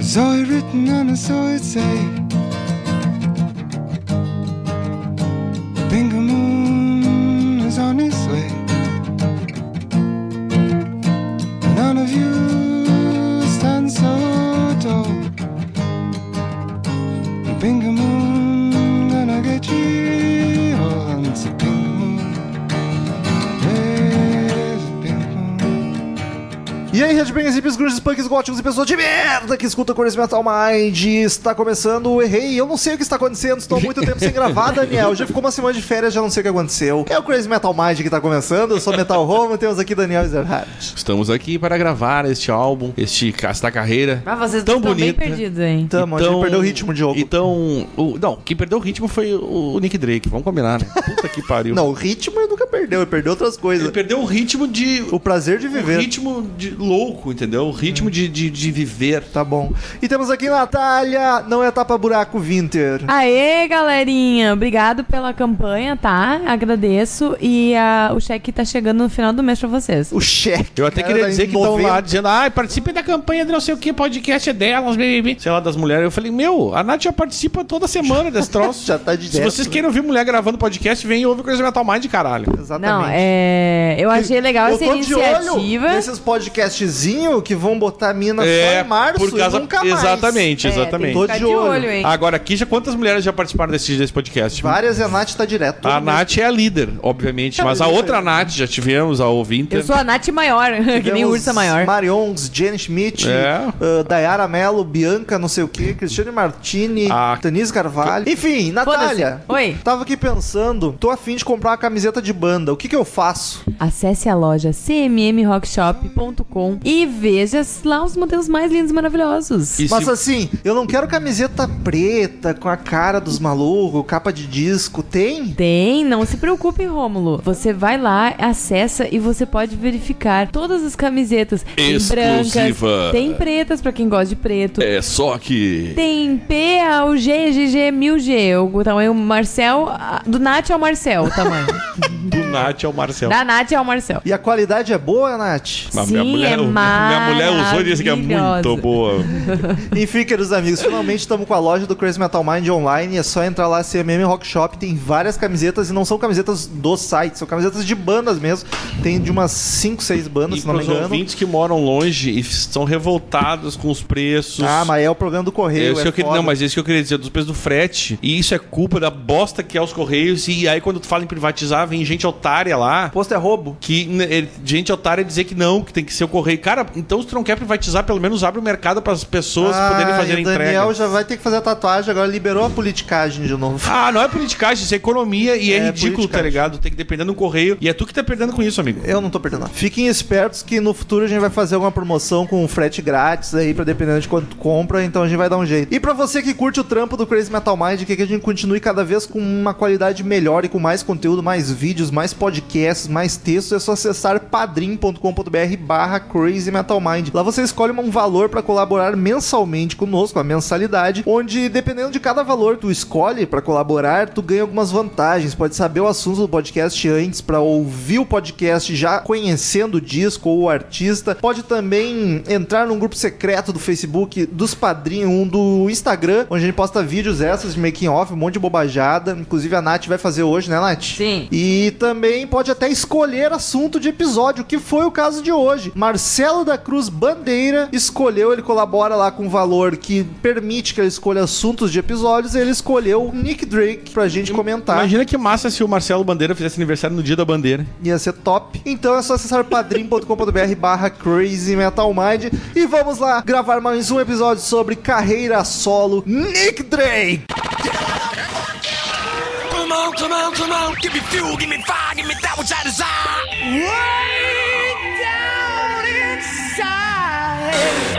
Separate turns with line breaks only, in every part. saw it written and I saw it say Bingo Moon is on his way None of you stand so tall Bingo Moon gonna get you all And it's a Bingo Moon Brave Bingo Moon
E aí, Redbangers, hippies, grunges, punks, góticos e pessoas de merda que escuta Cores Metal Mind. Está começando o Errei. Eu não sei o que está acontecendo, estou há muito tempo sem gravar, Daniel. Já ficou uma semana de férias, já não sei o que aconteceu. É o Crazy Metal Mind que está começando, eu sou Metal Home, temos aqui Daniel Ezerhardt.
Estamos aqui para gravar este álbum, este, esta carreira.
Mas vocês
Tão né?
estão bem
bonita.
perdidos, hein?
Ah, Tamo, Então, a gente perdeu o ritmo de jogo.
Então, o- não, quem perdeu o ritmo foi o o Nick Drake, vamos combinar, né? Puta que pariu.
Não, o ritmo ele nunca perdeu, ele perdeu outras
Ele
coisas.
perdeu o ritmo de.
O prazer de
o
viver. É.
ritmo de louco, entendeu? O ritmo de, de, de viver.
Tá bom. E temos aqui Natália, não é tapa buraco Winter.
Ah. Aê, galerinha! Obrigado pela campanha, tá? Agradeço. E ah, o cheque tá chegando no final do mês pra vocês.
O cheque.
Eu até
cara,
queria
tá em
dizer que estão lá
90.
dizendo, ai, participem da campanha de não sei o que, podcast é delas, baby. Sei lá, das mulheres. Eu falei, meu, a Nath já participa toda semana desse troço.
Já tá de
Se
dessa,
vocês
né?
querem ouvir mulher gravando podcast, vem e ouve o Crazy Metal Mind, caralho.
Exatamente.
Não, é. Eu achei legal essa iniciativa. É,
nesses podcastzinhos que vão botar mina só
É,
em março
por causa-
e nunca mais.
Exatamente,
É,
exatamente. Ah,
tem que ficar
Tô de olho.
hein?
Agora, aqui já quantas mulheres já participaram desse, desse podcast?
Várias e a Nath tá direto.
A Nath é a líder, obviamente,
é
mas a outra Nath, já tivemos, a ouvinte.
Eu sou a Nath Maior, É que nem Ursa Maior.
Marions, Jenny Schmidt,
É.
ah, Dayara Mello, Bianca, não sei o que, Cristiane Martini,
A-
Tanise Carvalho. Enfim, Natália.
Foda-se. Oi.
Tava aqui pensando, tô afim de comprar uma camiseta de banda. O que que eu faço?
Acesse a loja cmmrockshop.com e veja lá os modelos mais lindos e maravilhosos.
E
Mas
se-
assim, eu não quero camiseta preta com a cara dos malucos, capa de disco. Tem?
Tem, não se preocupe, Rômulo. Você vai lá, acessa e você pode verificar todas as camisetas. Tem
Exclusiva.
brancas, tem pretas pra quem gosta de preto.
É só que.
Tem P ao G, GG, 1000G. O tamanho Marcel, a- do Nath ao Marcel, o tamanho.
Então. Do Nath é o Marcelo.
da Nath ao Marcel.
E a qualidade é boa, Nath?
Mas minha
Sim,
mulher,
é
minha mulher usou e disse que é
maravilhosa.
muito boa.
Enfim, queridos amigos, finalmente estamos com a loja do Crazy Metal Mind online. É só entrar lá, CMM Rock Shop. Tem várias camisetas e não são camisetas do site, são camisetas de bandas mesmo. Tem de umas 5, 6 bandas,
E
se não me
pros
engano.
ouvintes que moram longe e estão revoltados com os preços.
Ah, mas é o problema do
É
correio.
isso
é
que eu queria,
foda.
não, mas é isso que eu queria dizer, dos preços do frete. E isso é culpa da bosta que é os Correios. E aí, quando tu fala em privatizar, vem gente otária lá.
Posto é roubo.
Que né, ele- gente otária dizer que não, que tem que ser o correio. Cara, então se tu não quer privatizar, pelo menos abre o mercado para as pessoas poderem fazer a
Ah, e o
entrega.
Daniel já vai ter que fazer a tatuagem, agora liberou a politicagem de novo.
Ah, não é politicagem, isso é economia e é,
É
ridículo, tá
politicagem.
ligado? Tem que depender do correio. E é tu que tá perdendo com isso, amigo.
Eu não tô perdendo. nada. Fiquem espertos que no futuro a gente vai fazer alguma promoção com frete grátis aí, pra dependendo de quanto tu compra, então a gente vai dar um jeito. E pra você que curte o trampo do Crazy Metal Mind, que a gente continue cada vez com uma qualidade melhor e com mais conteúdo, mais vídeos, mais podcasts, mais textos, é só acessar padrim.com.br barra Crazy Metal Mind. Lá você escolhe um valor pra colaborar mensalmente conosco, a mensalidade, onde dependendo de cada valor tu escolhe pra colaborar, tu ganha algumas vantagens. Pode saber o assunto do podcast antes, pra ouvir o podcast já conhecendo o disco ou o artista. Pode também entrar num grupo secreto do Facebook, dos padrinhos, um do Instagram, onde a gente posta vídeos extras de making off, um monte de bobajada. Inclusive a Nath vai fazer hoje, né, Nath?
Sim.
E também pode até escolher assunto de episódio, que foi o caso de hoje. Marcelo da Cruz Bandeira escolheu, ele colabora lá com um valor que permite que ele escolha assuntos de episódios, ele escolheu Nick Drake pra gente comentar.
Imagina que massa se o Marcelo Bandeira fizesse aniversário no dia da bandeira.
Ia ser top. Então é só acessar padrim.com.br barra Crazy Metal Mind e vamos lá gravar mais um episódio sobre carreira solo Nick Drake.
Come on, come on, come on. Give me fuel, give me fire, give me that which I desire.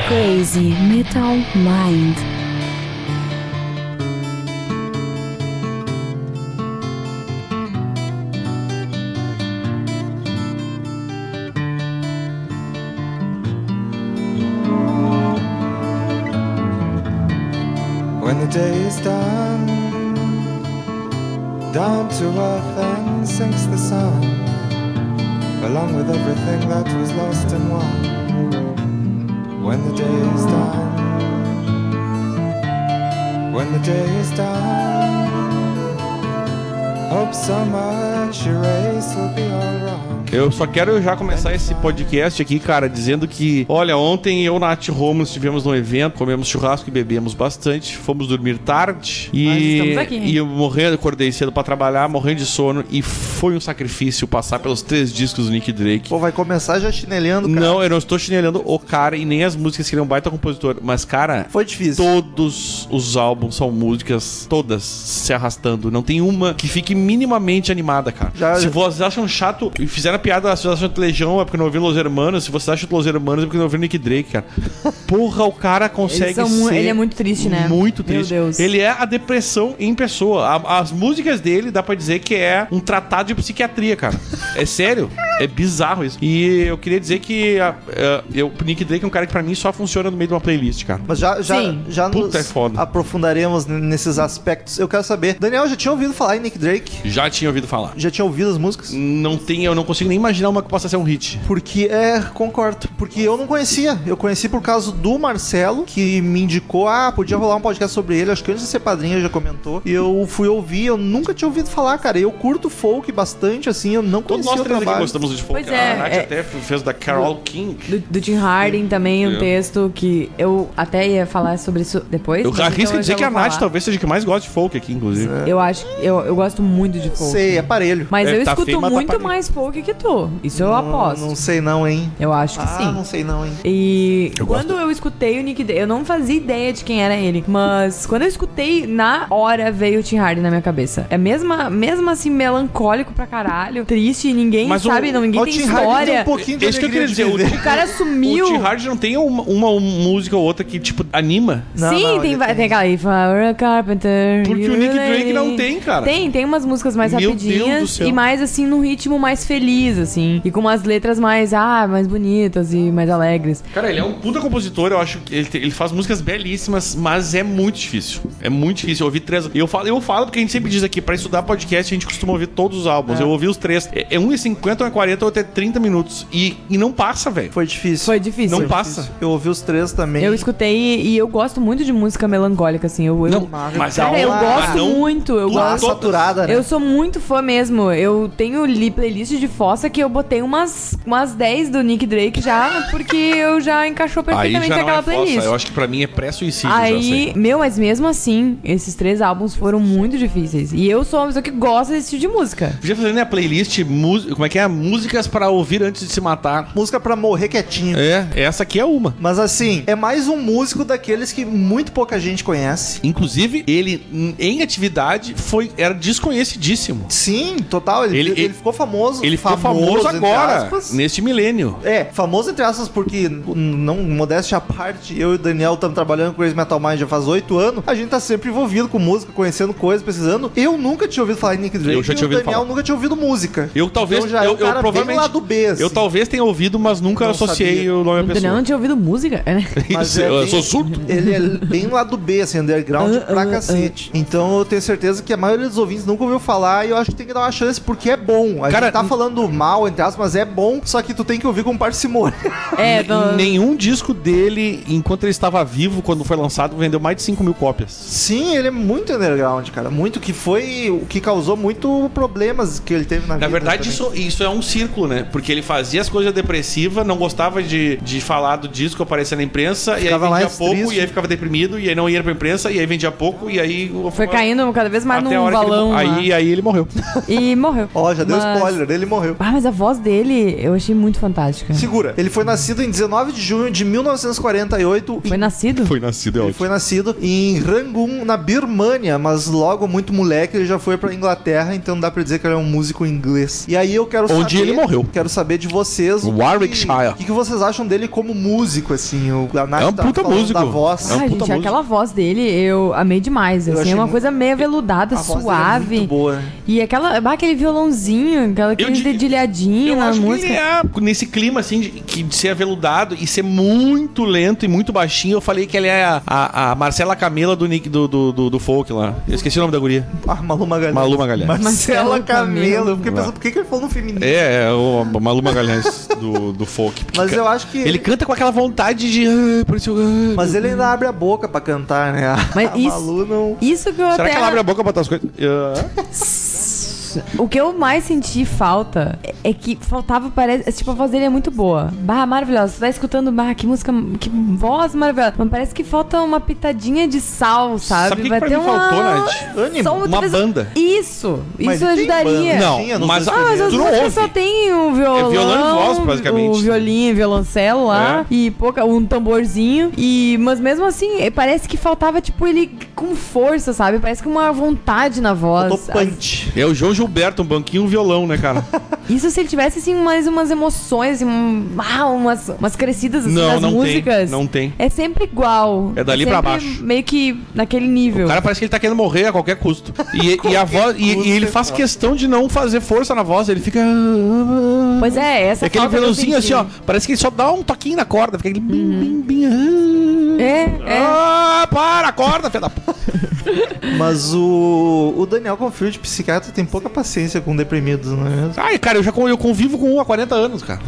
Crazy Metal Mind.
When the day is done, down to earth and sinks the sun, along with everything that was lost and won. When the day is done, when the day is done. Hope so much your race will be alright.
Eu só quero já começar esse podcast aqui, cara, dizendo que, olha, ontem eu, Nath e Romulo estivemos num evento, comemos churrasco e bebemos bastante, fomos dormir tarde e,
Mas estamos aqui.
e eu morrendo, acordei cedo pra trabalhar, morrendo de sono e foi um sacrifício passar pelos três discos do Nick Drake.
Pô, vai começar já chinelhando, cara.
Não, eu não estou chinelando o cara e nem as músicas que ele é um baita compositor, mas, cara,
Foi difícil.
Todos os álbuns são músicas, todas se arrastando. Não tem uma que fique minimamente animada, cara.
Já-
se vocês acham chato e fizeram piada, se vocês acham que Legião é porque não ouviram Los Hermanos, se vocês acham que Los Hermanos é porque não ouviram Nick Drake, cara. Porra, o cara consegue
Eles são mu-
ser...
ele é muito triste, né?
Muito
Meu
triste.
Deus.
Ele é a depressão em pessoa. A- as músicas dele dá pra dizer que é um tratado de psiquiatria, cara. É sério? É bizarro isso. E eu queria dizer que a- a- eu, o Nick Drake é um cara que pra mim só funciona no meio de uma playlist, cara.
Mas já, já,
Sim.
já
Puta,
nos
é foda.
aprofundaremos n- nesses aspectos. Eu quero saber, Daniel, já tinha ouvido falar em Nick Drake?
Já tinha ouvido falar.
Já tinha ouvido as músicas?
Não tem, eu não consigo nem imaginar uma que possa ser um hit.
Porque, é, concordo. Porque eu não conhecia. Eu conheci por causa do Marcelo, que me indicou, ah, podia rolar um podcast sobre ele. Acho que antes de ser padrinho já comentou. E eu fui ouvir, eu nunca tinha ouvido falar, cara. Eu curto folk bastante, assim, eu não
Todos
conhecia
nós
o
três aqui
trabalho.
gostamos de folk.
Pois é,
a Nath
é-
até fez da Carol King.
Do, do Tim Harding também, um
É.
texto que eu até ia falar sobre isso depois.
Eu
mas
arrisco
então eu
dizer
já
que a
vou
Nath
falar. É.
talvez seja a que mais gosta de folk aqui, inclusive.
É.
Eu acho, eu, eu gosto muito de folk.
Sei, aparelho.
Mas
É,
eu
tá
escuto
feio, mas tá
muito
parelho.
mais folk que tu. Isso eu aposto.
Não sei não, hein.
Eu acho que
Ah,
sim.
não sei não, hein.
E
Eu
quando eu escutei o Nick Drake, eu não fazia ideia de quem era ele, mas quando eu escutei, na hora veio o Tim Hardy na minha cabeça. É mesma, mesmo assim, melancólico pra caralho, triste, ninguém
Mas o-
sabe, não, ninguém
Ó,
tem
Tim Hardy
história.
um pouquinho de
Esse que eu
alegria
queria
de
dizer, o
viver.
O cara
O Tim
sumiu.
Hard não tem uma, uma música ou outra que, tipo, anima.
Não,
Sim,
não,
tem,
ele
va-
tem.
tem aquela If I Were a Carpenter.
Porque
you
o Nick
really-
Drake não tem, cara.
Tem, tem umas músicas mais
Meu Deus do
rapidinhas
céu.
e mais assim num ritmo mais feliz, assim. E com umas letras mais, ah, mais bonitas e mais alegres.
Cara, ele é um puta compositor, eu acho que ele, te- ele faz músicas belíssimas, mas é muito difícil. É muito difícil. Eu ouvi três. Eu falo, eu falo porque a gente sempre diz aqui, pra estudar podcast, a gente costuma ouvir todos os álbuns. Eu ouvi os três. É, é 1,50, 1,40 ou até 30 é minutos. E, e não passa, velho.
Foi difícil.
Foi difícil.
Não passa.
Eu ouvi os três também.
Eu escutei e, e eu gosto muito de música melancólica, assim. Eu, eu,
Não, mas
cara, eu
uma-
gosto
mas não-
muito, eu
tu-
é um Lá,
gosto.
saturada, né?
Eu sou muito fã mesmo. Eu tenho li playlist de fossa que eu botei umas, umas 10 do Nick Drake já, porque eu já encaixou perfeitamente
é
aquela playlist.
Eu acho que pra mim é pré-suicídio já,
Aí, meu, mas mesmo assim, esses três álbuns foram muito difíceis. E eu sou uma pessoa que gosta desse tipo de música.
Podia fazer, né, a playlist, mus- como é que é? Músicas pra ouvir antes de se matar.
Música pra morrer quietinho.
É, essa aqui é uma.
Mas assim, é mais um músico daqueles que muito pouca gente conhece.
Inclusive, ele, em- em atividade, foi era desconhecidíssimo.
Sim, total. Ele,
Ele-
ele,
ele-
ficou famoso.
Ele ficou famoso,
entre
agora, né?
aspas.
neste milênio.
É, famoso entre aspas, porque, n- não, modéstia à parte, eu e o Daniel estamos trabalhando com Crazy Metal Mind já faz oito anos. A gente tá sempre envolvido com música, conhecendo coisas, pesquisando. Eu nunca tinha ouvido falar em Nick Drake
Eu já tinha
e o
ouvido
Daniel
falar.
nunca tinha ouvido música.
Eu talvez.
Então já é
eu,
um
eu
cara bem
provavelmente.
lá do B, assim.
Eu talvez tenha ouvido, mas nunca
Não
associei
sabia.
o nome à
Eu
pessoa.
não tinha ouvido música, né?
Mas
Isso,
é
eu
bem-
sou surdo.
Ele é bem lá do B, assim, underground
Ah,
pra
ah,
cacete. Então eu tenho certeza que a maioria dos ouvintes nunca ouviu falar e eu acho que tem que dar uma chance porque é bom. A
Cara,
gente tá falando mal, entre aspas, mas é bom, só que tu tem que ouvir com parcimônia.
É, do-
Nenhum disco dele, enquanto ele estava vivo, quando foi lançado, vendeu mais de 5 mil cópias.
Sim, ele é muito underground, cara. Muito que foi o que causou muito problemas que ele teve na,
Na
vida.
verdade,
também.
isso, isso é um círculo, né? Porque ele fazia as coisas depressivas, não gostava de, de falar do disco aparecer na imprensa,
Ficava
e aí vendia
mais
pouco,
triste.
e aí ficava deprimido, e aí não ia pra imprensa, e aí vendia pouco, e aí.
foi caindo cada vez mais
até a
num
hora que ele-
balão.
aí, aí ele morreu.
lá. E morreu.
Ó, já deu
Mas-
spoiler, ele morreu.
Ah, mas a voz dele eu achei muito fantástica.
Segura. Ele foi nascido em 19 de junho de 1948
Foi
em
nascido?
foi nascido, é
Ele foi nascido em Rangoon, na Birmania, mas logo muito moleque ele já foi pra Inglaterra, então não dá pra dizer que ele é um músico inglês. E aí eu quero saber.
Onde ele morreu.
Quero saber de vocês. o que-
Warwickshire.
O que, que vocês acham dele como músico, assim? O, a Nath
É um
tava
puta
falando
músico.
Da voz.
É um puta
Ai, gente,
músico.
aquela voz dele eu amei demais.
Eu
Assim,
achei
é uma
muito-
coisa meio aveludada,
A voz dele é
suave.
muito boa.
E aquela, bah, aquele violãozinho, aquela, aquele
di-
dedilhadinho
Eu
na
acho que
música.
ele é, nesse clima, assim, de, que- de ser aveludado e ser muito lento e muito baixinho, eu falei que ele é a, a- a Marcela Camila do, Nick, do, do, do, do folk lá. Eu esqueci o nome da guria.
Ah, Malu Magalhães.
Malu Magalhães.
Marcela
Marcela Camelo.
Camelo. Eu fiquei pensando, por que, que ele falou no feminino?
É, É, o Malu Magalhães do, do folk.
Mas eu acho que.
Ele canta com aquela vontade de. "Ah, por isso eu- ah".
Mas ele ainda abre a boca pra cantar, né? A,
Mas
a
É, isso-
Malu não.
Isso que eu
tá Será
até...
que ela abre a boca pra botar as coisas? Ah.
O que eu mais senti falta é é que faltava, parece. Tipo, a voz dele é muito boa. Barra maravilhosa. Você tá escutando, barra, que música, que voz maravilhosa. Mas parece que falta uma pitadinha de sal, sabe?
Sabe o que que pra mim faltou, Nath? Ânimo,
Só outra
uma
vez-
banda.
Isso!
Mas
isso
tem
ajudaria.
banda?
Não,
Tinha,
mas
sei
a-
se é
Ah, mas
tu
as
não
músicas
ouve.
só tem o violão.
É violão e voz, basicamente. né? É.
O violinho, violoncelo lá. E pouca, um tamborzinho. E, mas mesmo assim, eh, parece que faltava, tipo, ele com força, sabe? Parece que uma vontade na voz.
Faltou
As-
punch.
É o João Gilberto, um banquinho e um violão, né, cara?
Isso se ele tivesse, assim, mais umas emoções, assim, um- ah, umas, umas crescidas assim,
não,
nas
não tem.
músicas.
Não tem.
É sempre igual.
É dali
sempre
pra baixo.
Meio que naquele nível.
O cara parece que ele tá querendo morrer a qualquer custo. E, e a voz. e-
custo
e ele
é
faz
foda.
questão de não fazer força na voz, ele fica.
Pois é, essa
É aquele
falta que eu
violãozinho
senti.
assim, ó. Parece que ele só dá um toquinho na corda. Fica aquele. Bim, bim, bim, ah.
Uhum. É, é.
Ah, para, acorda, filha da p...
Mas o, o Daniel Confield, psiquiatra, tem pouca paciência com deprimidos, não é mesmo?
Ai, cara, eu já con- eu convivo com um há 40 anos, cara.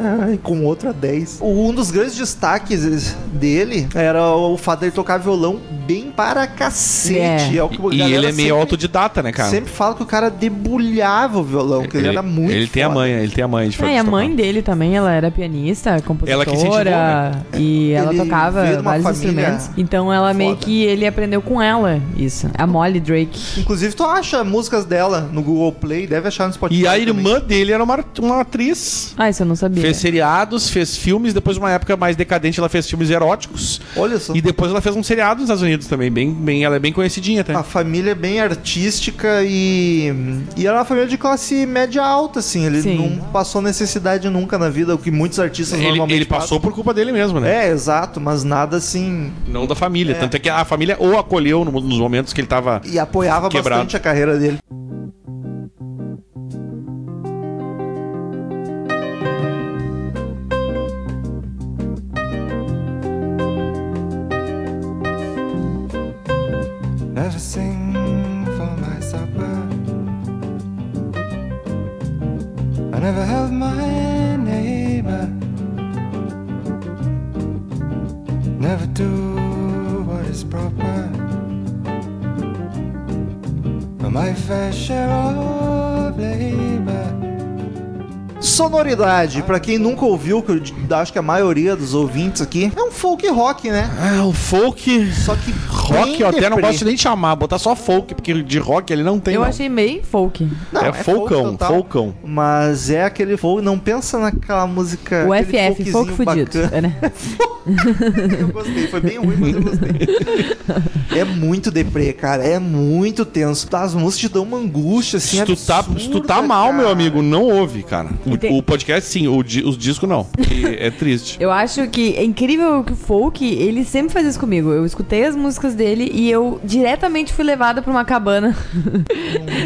Ah, e com outro a 10. Um dos grandes destaques dele era o fato dele tocar violão bem para cacete.
É.
É o que a
E
galera
ele é meio
sempre,
autodidata, né, cara?
Sempre fala que o cara debulhava o violão, que ele, era muito
Ele tem a
foda.
manha, ele tem a manha de fazer
É, e a
isso tocar.
mãe dele também, ela era pianista,
Ela que incentivou,
compositora,
né?
e ela
Ele
tocava
veio de uma
vários
família
instrumentos. Então ela meio
foda.
que ele aprendeu com ela isso. A Molly Drake.
Inclusive, tu acha músicas dela no Google Play, deve achar no Spotify.
E a
também.
irmã dele era uma, art- uma atriz.
Ah, isso eu não sabia.
Fez seriados, fez filmes, depois de uma época mais decadente ela fez filmes eróticos.
Olha só.
E depois ela fez um seriado nos Estados Unidos também, bem, bem, ela é bem conhecidinha até.
A família é bem artística e. E era uma família de classe média alta, assim. Ele
Sim.
não passou necessidade nunca na vida, o que muitos artistas
ele,
normalmente.
ele passou por culpa dele mesmo, né?
É, exato, mas nada assim.
Não da família.
É.
Tanto é que a família ou acolheu no- nos momentos que ele tava.
E apoiava
Quebrado.
bastante a carreira dele.
Never sing for my supper. I never help my neighbor. Never do what is proper. But my fair share of labor.
Sonoridade, pra quem nunca ouviu, que eu d- acho que a maioria dos ouvintes aqui, é um folk rock, né?
Ah, o folk.
Só que
Rock
bem
eu até não
deprê.
gosto nem de chamar, botar só folk, porque de rock ele não tem.
eu
não.
achei meio folk.
Não,
é, folcão,
total.
folcão.
Mas é aquele folk, não pensa naquela música.
o
É, aquele
FF, folk
folkzinho
fudido.
bacana.
É, né?
Eu gostei, foi bem ruim, mas eu gostei. É muito deprê, cara. É muito tenso. Tá, As músicas te dão uma angústia, assim.
Se tu, tá,
absurda,
se tu tá mal,
cara.
meu amigo, não ouve, cara. O,
Entendi.
o podcast sim, o di- os discos não. porque é triste.
Eu acho que é incrível que o folk, ele sempre faz isso comigo. Eu escutei as músicas dele e eu diretamente fui levada pra uma cabana,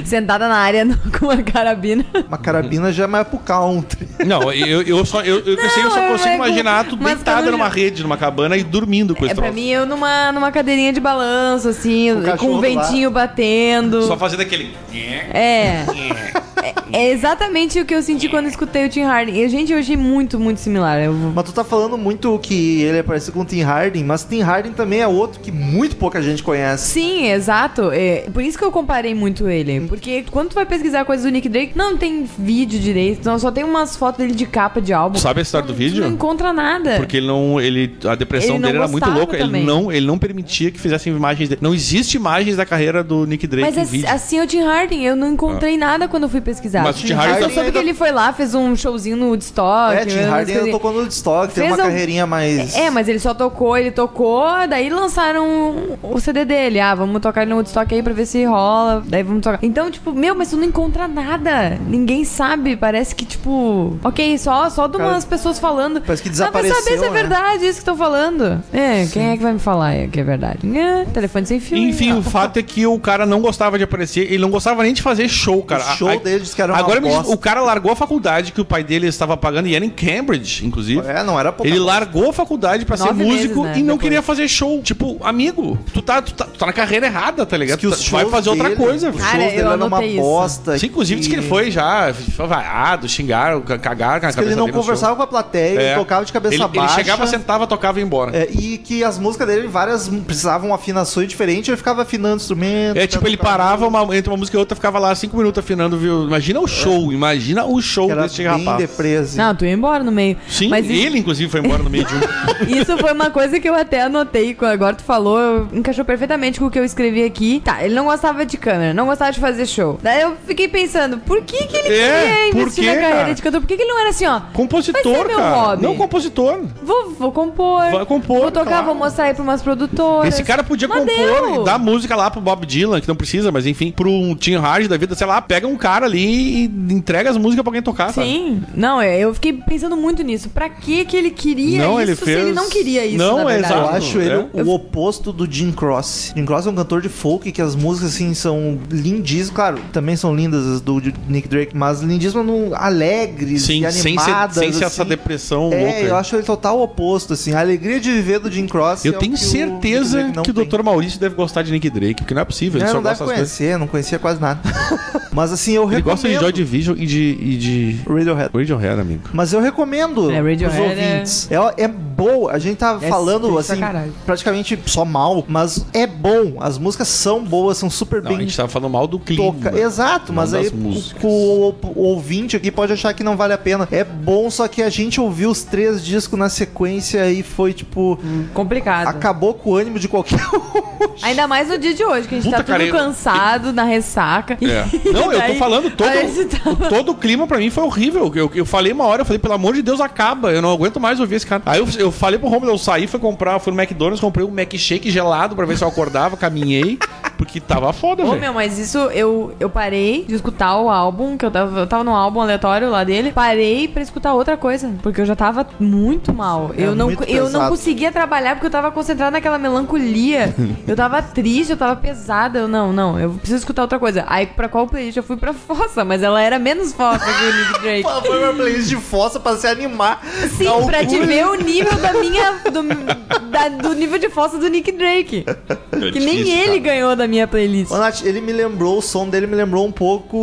sentada na área no- com uma carabina.
Uma carabina já é mais pro country.
Não, eu, eu só eu, eu, pensei, eu só
eu
consigo
pego
imaginar tu
umas
deitada
canujas-
numa rede, numa cabana e dormindo com esse
É pra
troço.
mim eu numa, numa cadeirinha de balanço, assim, com
cachorro
um ventinho batendo.
Só fazendo aquele.
É. É- É exatamente o que eu senti quando escutei o Tim Harden. E, gente, eu achei muito, muito similar. Eu vou-
Mas tu tá falando muito que ele é parecido com o Tim Harden, mas Tim Harden também é outro que muito pouca gente conhece.
Sim, exato. É, por isso que eu comparei muito ele. Porque quando tu vai pesquisar coisas do Nick Drake, não tem vídeo direito, não, só tem umas fotos dele de capa de álbum.
Tu Sabe a história do vídeo?
Tu não encontra nada.
Porque ele não. Ele, a depressão
Ele não
dele era muito
gostava
louca. Ele
também.
não, ele não permitia que fizessem imagens dele. Não existe imagens da carreira do Nick Drake
Mas
em
assim,
vídeo. Ah.
assim é o Tim Harden, eu não encontrei nada quando eu fui pesquisar.
Mas o Tim Harden
Eu
tá-
soube que ele foi lá, fez um showzinho no Woodstock.
é, Tim
umas
Harden ainda
coisinhas.
tocou no Woodstock, tem
Fez
uma
um-
carreirinha mais...
É, mas ele só tocou, ele tocou, daí lançaram o CD dele. Ah, vamos tocar ele no Woodstock aí pra ver se rola, daí vamos tocar. Então, tipo, meu, mas tu não encontra nada. Ninguém sabe, parece que, tipo, tipo, ok, só, só de
Cara,
umas pessoas falando.
parece que
Ah, pra saber se é
desapareceu, né?
verdade isso que estão falando. É, quem é que vai me falar que é verdade? É, telefone sem fio. então.
Enfim,
hein?
o fato é que o cara não gostava de aparecer, ele não gostava nem de fazer show, cara.
O show
A- a-
dele disse que era uma
Agora me diz,
bosta.
o cara largou a faculdade que o pai dele estava pagando e era em Cambridge, inclusive.
É, não era pouca
Ele
coisa.
largou a faculdade pra ser
Nove
músico
meses,
e
né,
não
depois.
queria fazer show. Tipo, amigo, tu tá, tu tá, tu tá na carreira errada, tá ligado?
Diz que
Tu tá-
os
tu vai
shows
fazer outra
dele-
coisa,
Os
velho.
Cara,
shows dele
eu
eram uma
anotei isso.
bosta.
Sim, inclusive diz que ele foi já, foi vaiado, xingaram, ca- cagaram na
Diz que ele não
cabeça dele no show.
conversava com a plateia,
É.
ele tocava de cabeça
Ele- ele,
baixa.
chegava, sentava, tocava e ia embora.
É, e que as músicas dele, várias precisavam afinações diferentes, ele ficava afinando instrumento.
É tipo, ele
tocava-
parava uma- entre uma música e outra, ficava lá cinco minutos afinando, viu? Imagina o show, imagina o show
É. Era
desse
bem
rapaz.
depresa.
Não, tu ia embora no meio.
Sim,
Mas isso-
ele inclusive foi embora no meio de um.
Isso foi uma coisa que eu até anotei quando agora tu falou, eu- encaixou perfeitamente com o que eu escrevi aqui. Tá, ele não gostava de câmera, não gostava de fazer show. Daí eu fiquei pensando, por que que ele
É,
queria investir
por quê,
na carreira
cara?
de cantor? Por que que ele não era assim, ó? Vai
Compositor,
ser meu
cara.
hobby.
Não, compositor.
Vou, vou compor.
Vai compor,
Vou tocar,
claro.
vou mostrar aí pra umas produtoras.
Esse cara podia
Mas
compor
deu.
e dar música lá pro Bob Dylan, que não precisa, mas enfim, pro um Tim Hard da vida, sei lá, pega um cara ali e entrega as músicas pra alguém tocar, sabe?
Sim, não, é, eu fiquei pensando muito nisso. Pra que que ele queria
Não,
isso
ele fez-
se ele não queria isso,
Não,
na
é
verdade?
Eu
exato.
acho ele
É.
o oposto do Jim Cross. Jim Cross é um cantor de folk que as músicas, assim, são lindíssimas. Claro, também são lindas as do Nick Drake, mas lindíssimas no, alegres
Sim,
e animadas.
sem ser, sem ser essa
assim.
depressão
É,
louca.
eu acho ele total oposto, assim. A alegria de viver do Jim Cross
Eu
é o
tenho
que o Nick
certeza
Drake não
que o
tem.
Dr. Maurício deve gostar de Nick Drake, porque não é possível, ele
Não,
só
não
gosta
deve
das coisas.
conhecer, não conhecia quase nada. mas assim, eu
Ele
recomendo.
gosta de Joy Division e de, e de
Radiohead.
Radiohead, amigo.
Mas eu recomendo
É,
os
Radiohead é-
ouvintes. É... é boa. A gente tá
É
falando,
triste pra
assim,
caralho.
praticamente só mal, mas é bom. As músicas são boas, são super
Não, a
bem
gente é tava falando mal do clima.
toca. Exato,
Não
mas
das
aí
músicas.
o, o- o ouvinte aqui pode achar que não vale a pena. É bom, só que a gente ouviu os três discos na sequência e foi, tipo...
Complicado.
Acabou com o ânimo de qualquer um.
Ainda mais no dia de hoje, que a gente
Puta,
tá tudo
cara, eu-
cansado, na ressaca.
É. Não, eu tô
Daí,
falando, todo,
parece que tava-
o- todo o clima pra mim foi horrível. Eu, eu falei uma hora, eu falei, pelo amor de Deus, acaba, eu não aguento mais ouvir esse cara. Aí eu, eu falei pro Romulo, eu saí, fui comprar, fui no McDonald's, comprei um McShake gelado pra ver se eu acordava, caminhei, porque tava foda,
Ô,
velho.
meu, mas isso eu, eu parei de escutar o álbum, que eu tava, eu tava no álbum aleatório lá dele. Parei pra escutar outra coisa, porque eu já tava muito mal.
É,
eu não,
muito
eu não
pesado.
conseguia trabalhar porque eu tava concentrada naquela melancolia. eu tava triste, eu tava pesada. Eu não, não, eu preciso escutar outra coisa. Aí pra qual playlist eu fui pra Fossa, mas ela era menos Fossa que o Nick Drake.
Foi uma playlist de fossa pra se animar.
Sim,
Calcule.
pra te ver o nível da minha. Do, da- do nível de fossa do Nick Drake. que nem
É difícil,
ele
cara.
ganhou da minha playlist.
Ô, Nath, ele me lembrou, o som dele me lembrou um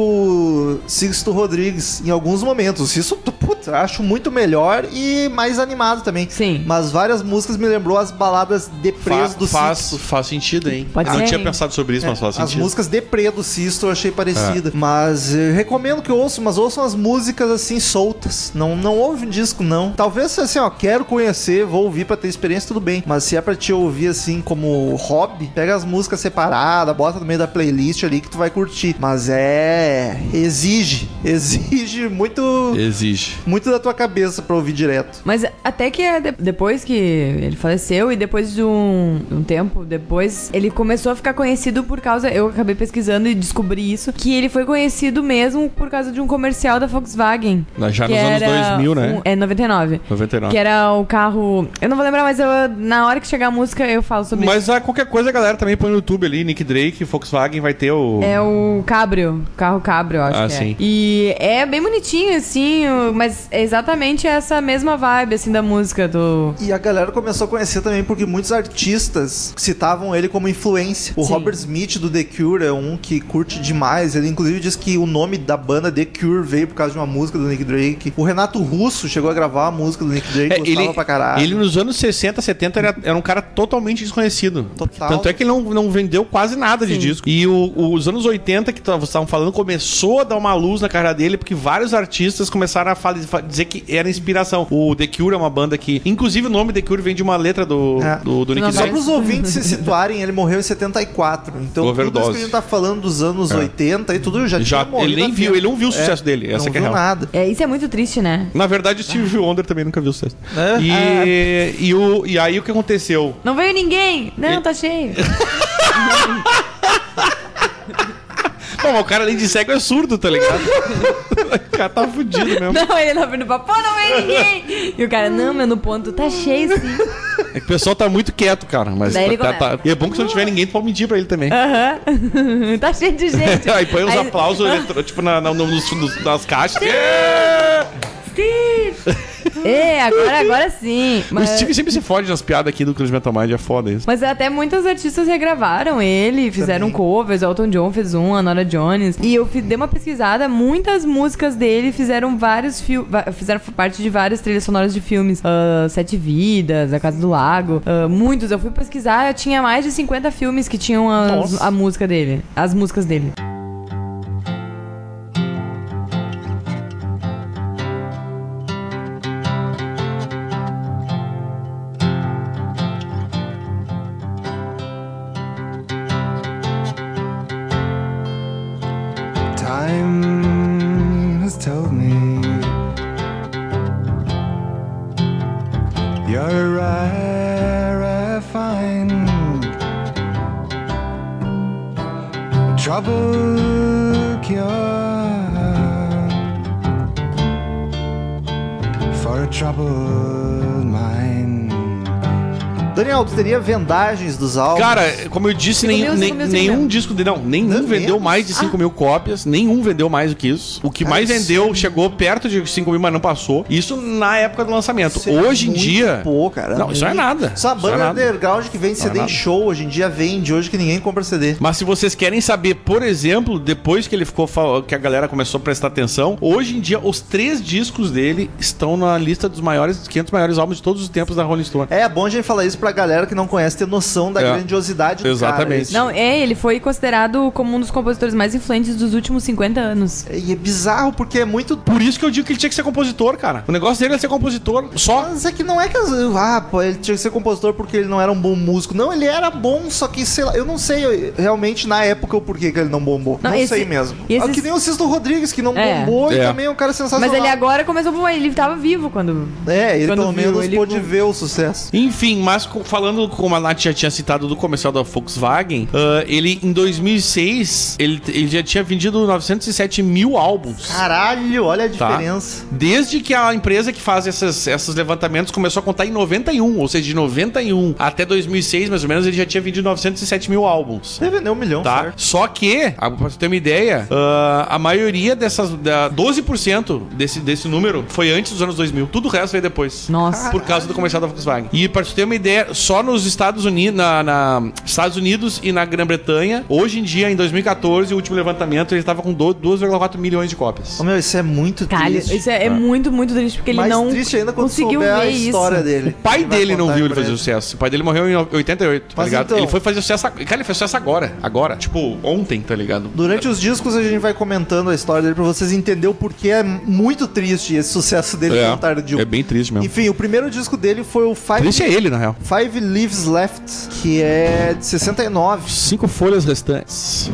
pouco Sixto Rodrigues em alguns momentos. Isso, tu- puta, acho muito melhor e mais animado também.
Sim.
Mas várias músicas me lembrou as baladas deprês
Fa-
do
faz,
Sixto.
faz sentido, hein?
Pode
eu
ser,
não tinha
hein?
pensado sobre isso, mas faz
As
sentido. É.
músicas deprê do Sisto eu achei parecida. Mas eh, recomendo que ouçam, mas ouçam as músicas assim soltas. Não, não ouve um disco, não. Talvez assim, ó, quero conhecer, vou ouvir pra ter experiência, tudo bem. Mas se é pra te ouvir assim como hobby, pega as músicas separadas, bota no meio da playlist ali que tu vai curtir. Mas é. Exige. Exige muito.
Exige.
Muito da tua cabeça pra ouvir direto.
Mas até que é de- depois que ele faleceu e depois de um, um tempo depois, ele começou a ficar conhecido por causa. Eu acabei pesquisando e descobri isso. Que ele foi conhecido mesmo por causa de um comercial da Volkswagen.
Já
que
nos anos
era
2000, né?
um- é, 99.
99.
Que era o carro. Eu não vou lembrar, mas eu, na hora que chegar a música eu falo sobre isso.
Mas ah, qualquer coisa, a galera também põe no YouTube ali, Nick Drake, Volkswagen vai ter o.
É o Cabrio, carro Cabrio, eu acho
Tipo- Ah,
que é.
sim.
E é bem bonitinho, assim, o- mas é exatamente essa mesma vibe, assim, da música do...
E a galera começou a conhecer também porque muitos artistas citavam ele como influência. O
Sim.
Robert Smith do The Cure é um que curte demais. Ele inclusive diz que o nome da banda The Cure veio por causa de uma música do Nick Drake. O Renato Russo chegou a gravar a música do Nick Drake,
É,
gostava pra caralho.
ele nos anos 60, 70 era, era um cara totalmente desconhecido.
Total.
Tanto é que ele não, não vendeu quase nada de disco. E o- os anos 80, que t- vocês estavam falando, começou a dar uma luz na cara dele, porque vários artistas começaram a fale- fa- dizer que era inspiração. O The Cure é uma banda que. Inclusive, o nome The Cure vem de uma letra do,
É.
do, do Nick
Não,
Só
Drake.
para os ouvintes se situarem, ele morreu em 74. Então tudo isso
Overdose. É.
que a gente tá falando dos anos 80 e tudo já,
Já,
tinha morrido
ele nem
há
viu,
tempo.
ele não viu o sucesso dele. Essa
não
que é a
viu
real.
nada.
É, isso é muito triste, né?
Na verdade, o Steve Wonder também nunca viu o sucesso.
É.
E,
Ah,
e, o, e aí o que aconteceu?
Não veio ninguém! Não, tá cheio!
Bom, mas o cara além de cego é surdo, tá ligado? O cara tá fudido mesmo.
Não, ele tá abrindo papo, não veio ninguém. E o cara, não, meu, no ponto tá cheio sim.
É que o pessoal tá muito quieto, cara. Mas
Daí ele
tá- tá-
começa.
E é bom que se não tiver ninguém, tu pode medir pra ele também.
Aham. tá cheio de gente.
Aí põe uns
Aí- Ah.
aplausos, eletro- tipo, na, na- nos- nos- nas caixas. É!
Steve! é, agora, agora sim. Mas,
O Steve sempre se fode nas piadas aqui do Crazy Metal Mind, é foda isso.
mas até muitos artistas regravaram ele, fizeram covers. O Elton John fez um, a Nora Jones. E eu fi- dei uma pesquisada, muitas músicas dele fizeram vários fil- va- fizeram parte de várias trilhas sonoras de filmes. Ah, Sete Vidas, A Casa do Lago. ah, muitos. Eu fui pesquisar, eu tinha mais de 50 filmes que tinham as-
Nossa.
a música dele. As músicas dele.
Time has told me you're a rare find. Trouble cure for a troubled mind.
Daniel, tu teria vendagens dos álbuns?
Cara, como eu disse,
Cinco
nem-
mil,
nem-
cinco mil, cinco
nenhum
mil. Ah.
disco dele. Não, nenhum
Não, é
vendeu
menos.
mais de 5 mil cópias, nenhum vendeu mais do que isso. O que
Cara,
mais
isso
vendeu chegou perto de 5 mil, mas não passou. Isso na época do lançamento.
Isso é
Hoje em
muito
dia.
Pô, cara.
Não, isso não é nada.
Só a
Isso não é
banda
nada.
underground que vende
Não é
CD em
nada.
show hoje em dia vende, hoje que ninguém compra CD.
Mas se vocês querem saber, por exemplo, depois que ele ficou fal- que a galera começou a prestar atenção, hoje em dia os três discos dele estão na lista dos maiores, dos 500 maiores álbuns de todos os tempos da Rolling Stone.
É bom a gente falar isso pra galera que não conhece, ter noção da
É.
grandiosidade do
Exatamente.
cara.
Não, é, ele foi considerado como um dos compositores mais influentes dos últimos 50 anos.
Não. E é bizarro porque é muito.
Por isso que eu digo que ele tinha que ser compositor, cara. O negócio dele é ser compositor só.
Mas é que não é que. as- Ah, pô, ele tinha que ser compositor porque ele não era um bom músico. Não, ele era bom, só que sei lá. Eu não sei eu- realmente na época o porquê que ele não bombou. Não,
Não, esse-
sei mesmo.
e esses-
É que nem o Cisto Rodrigues, que não
É.
bombou e
É.
também é um cara sensacional.
Mas ele agora começou. pô, Ele tava vivo quando.
É, ele
Quando
pelo
viu,
menos
ele-
pôde ver o sucesso.
Enfim, mas co- falando como a Nath já tinha citado do comercial da Volkswagen, ah, ele em 2006 ele, ele já tinha vendido 907 mil álbuns.
Caralho, olha a
Tá.
diferença.
Desde que a empresa que faz essas, esses levantamentos começou a contar em 91, ou seja, de 91 até 2006, mais ou menos, ele já tinha vendido 907 mil álbuns.
Deve vender um milhão,
Tá?
certo?
Só que, ah, pra você ter uma ideia, ah, a maioria dessas. Da 12% desse, desse número foi antes dos anos 2000. Tudo o resto veio depois.
Nossa.
Por causa do comercial da Volkswagen. E pra você ter uma ideia, só nos Estados Unidos, na, na- Estados Unidos e na Grã-Bretanha, hoje em dia, em 2014, o último levantamento, ele estava com do- 2,4 milhões de cópias.
Ô, meu, isso é muito
Caralho,
triste.
isso é, é muito, muito triste, porque ele
Mais
não
triste ainda quando
conseguiu
souber
ver
a história
isso.
dele.
O pai
Vai
dele não
contar
viu
aí
ele
pra
fazer sucesso. O pai dele morreu em 88, tá
Mas
ligado?
então-
Ele foi fazer sucesso. ag- Cara, ele fez sucesso agora. Agora. Tipo, ontem, tá ligado?
Durante os discos a gente vai comentando a história dele pra vocês entenderem o porquê é muito triste esse sucesso dele tão tardio.
é bem triste mesmo.
Enfim, o primeiro disco dele foi o Five,
Triste é ele, na real.
Five Leaves Left, que é de 69.
Cinco folhas restantes.